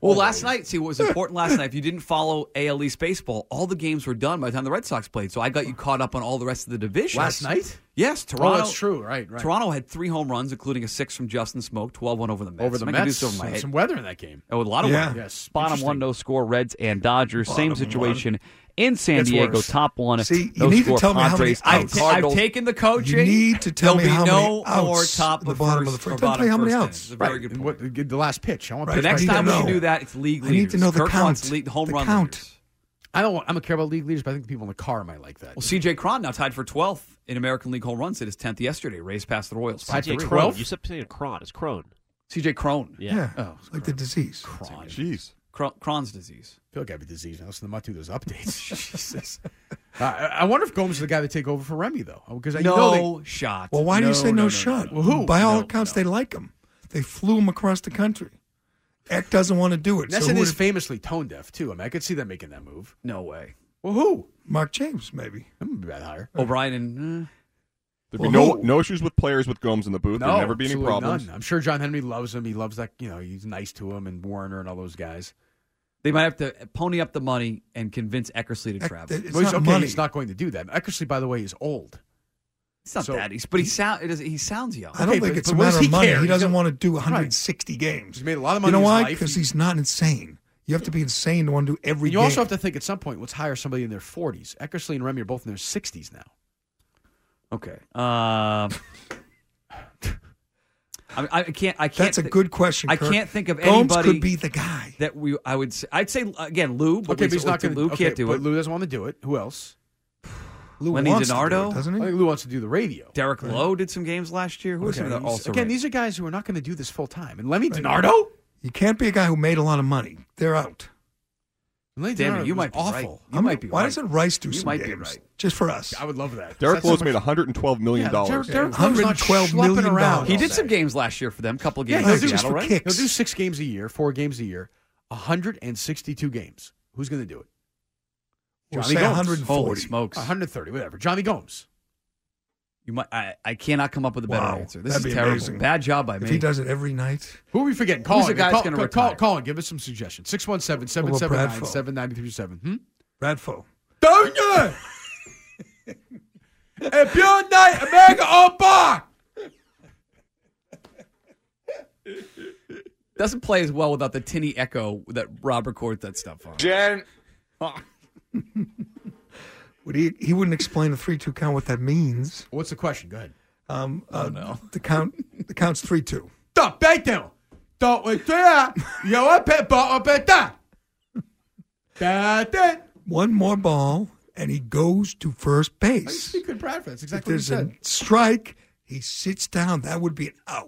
S13: Well, last night, see what was important last night. If you didn't follow AL East baseball, all the games were done by the time the Red Sox played. So I got you caught up on all the rest of the division
S8: Last night?
S13: Yes,
S8: Oh,
S13: Toronto.
S8: that's true. Right, right.
S13: Toronto had three home runs, including a six from Justin Smoke, 12-1 over the Mets.
S8: Over the
S13: I'm not gonna do
S8: Mets.
S13: this over my
S8: Some-
S13: head.
S8: some weather in that game.
S13: Oh, a lot of
S8: Yeah.
S13: weather.
S8: Yes.
S13: Bottom
S8: Interesting.
S13: one, no score. Reds and Dodgers, same situation in San
S3: Gets
S13: Diego.
S3: worse.
S13: Top one,
S3: See,
S13: no
S3: you need
S13: score.
S3: to tell me how many
S13: Padres, I've,
S3: outs.
S13: ta- I've taken the coaching.
S3: You need to tell
S13: There'll
S3: me how
S13: be
S3: many
S13: no more
S3: outs
S13: top
S3: in the
S13: of
S3: bottom
S13: first,
S3: of the
S13: or
S3: first. Tell
S13: bottom
S3: me how many
S13: first inning.
S3: outs.
S13: It's a very good
S8: And what- the the last pitch. I want
S13: The
S8: pitch
S13: next
S8: by
S13: time
S8: pitch.
S13: we do that, it's league
S8: I
S13: leaders.
S8: need to know
S3: the
S13: Kirk wants
S3: count.
S13: lead, home
S3: The
S13: run
S3: count.
S13: leaders.
S8: I don't. want- I don't care about league leaders, but I think the people in the car might like that.
S13: Well, CJ Cron now tied for 12th in American League home runs. It is 10th yesterday. Raised past the Royals.
S8: Tied for
S13: CJ
S8: 12th?
S13: Cron.
S15: You said saying Cron. It's Crone.
S13: CJ Crone.
S15: Yeah.
S13: Oh,
S3: like the disease.
S13: Cron.
S5: Jeez.
S13: Cron. Cron's disease.
S8: I feel like I have a disease. I listen to Matu those updates. *laughs* Jesus. Uh, I, I wonder if Gomes is the guy to take over for Remy though, because I know
S13: No
S8: they,
S13: shot.
S3: Well, why do you
S8: No,
S3: say
S8: no,
S3: no,
S8: no,
S3: shot?
S8: no. Well, who?
S3: By all
S8: No,
S3: accounts, they like him. They flew him across the country. Eck doesn't want to do it.
S8: Nesson
S3: so who
S8: is
S3: would-
S8: famously tone deaf too. I mean, I could see them making that move.
S13: No way.
S8: Well, who?
S3: Mark James, maybe.
S8: I'm gonna be that higher.
S13: O'Brien and. uh,
S5: There'd be
S8: Well,
S5: no,
S8: who?
S5: no issues with players with Gomes in the booth. There'd never be any
S8: absolutely
S5: problems.
S8: none. I'm sure John Henry loves him. He loves that. You know, he's nice to him and Warner and all those guys.
S13: They might have to pony up the money and convince Eckersley to travel.
S8: Well, he's, okay, he's not going to do that. Eckersley, by the way, is old.
S13: It's not
S8: So-
S13: that. He's, but he sound. It is, he sounds young.
S3: I don't
S8: Okay,
S3: think
S8: but-
S3: it's
S8: but
S3: a
S8: what does
S3: matter of
S8: he
S3: money.
S8: care?
S3: He
S8: He's
S3: doesn't
S8: got-
S3: want to do
S8: Right.
S3: 160 games.
S8: He's made a lot of money
S3: You know
S8: in his
S3: why?
S8: life.
S3: Because he's not insane. You have to be insane to want to do every
S8: And you
S3: game.
S8: also have to think at some point, let's hire somebody in their 40s. Eckersley and Remy are both in their 60s now.
S13: Okay.
S3: *laughs*
S13: Um. I, I can't. I can't.
S3: That's a
S13: thi-
S3: good question,
S13: I
S3: Kirk.
S13: can't think of
S3: Gomes
S13: anybody
S3: could be the guy.
S13: that we. I would. Say, I'd say again, Lou. But
S8: okay,
S13: we-
S8: but he's not going to.
S13: Lou
S8: okay,
S13: can't do
S8: but
S13: it.
S8: Lou doesn't want to do it. Who else? Lou
S13: Lenny
S8: wants to do
S13: DiNardo?
S8: it, doesn't he? I think Lou wants to do the radio.
S13: Derek Lowe did some games last year. Who was
S8: Okay,
S13: some of the
S8: these-
S13: also?
S8: again,
S13: rated?
S8: these are guys who are not going to do this full time. And Lemmy DiNardo?
S3: You can't be a guy who made a lot of money. They're out.
S8: Lenny
S13: Damn it,
S8: DiNardo
S13: you
S8: was
S13: might be right.
S8: awful.
S13: You might be
S3: Why
S13: right.
S3: doesn't Rice do
S13: You
S3: some
S13: might be
S3: games
S13: right.
S3: just for us?
S8: I would love that.
S5: Derek
S8: That's how
S5: Lowe's
S8: much-
S5: made $112 million.
S8: Yeah, Derek- Derek
S3: Yeah.
S8: Lowe's not
S3: 112
S8: schlepping
S3: million
S8: around.
S3: dollars.
S13: He did some games last year for them. Couple
S8: Yeah,
S13: games.
S8: he'll
S13: in
S8: do,
S13: Seattle, right?
S8: he'll do six games a year, four games a year, 162 games. Who's going to do it?
S3: Or say 140.
S13: Holy smokes!
S8: 130, whatever. Johnny Gomes.
S13: You might. I, I cannot come up with a better
S3: Wow,
S13: answer. This
S3: that'd
S13: is
S3: be
S13: terrible.
S3: amazing.
S13: Bad job by
S3: if
S13: me.
S3: he does it every night.
S8: Who are we forgetting?
S13: Who's
S8: Call
S13: the
S8: in.
S13: guy's
S8: Call,
S13: gonna
S8: call, call,
S13: retire?
S8: call in. Give us some suggestions. 617 779 7937. Hmm?
S3: Bradfo.
S8: Don't you? *laughs* if you're not America or bar.
S13: Doesn't play as well without the tinny echo that Rob records that stuff on.
S3: Jen. Would he? He wouldn't explain a three-two count. What that means?
S8: What's the question? Go ahead.
S3: Um, uh, The count. The count's three-two.
S8: Don't bet them. Don't wait there. Yo, I bet, but I bet that. That it.
S3: One more ball, and he goes to first base.
S8: Good Bradford. That's
S3: If
S8: exactly what he
S3: there's
S8: said.
S3: a strike, he sits down. That would be an out.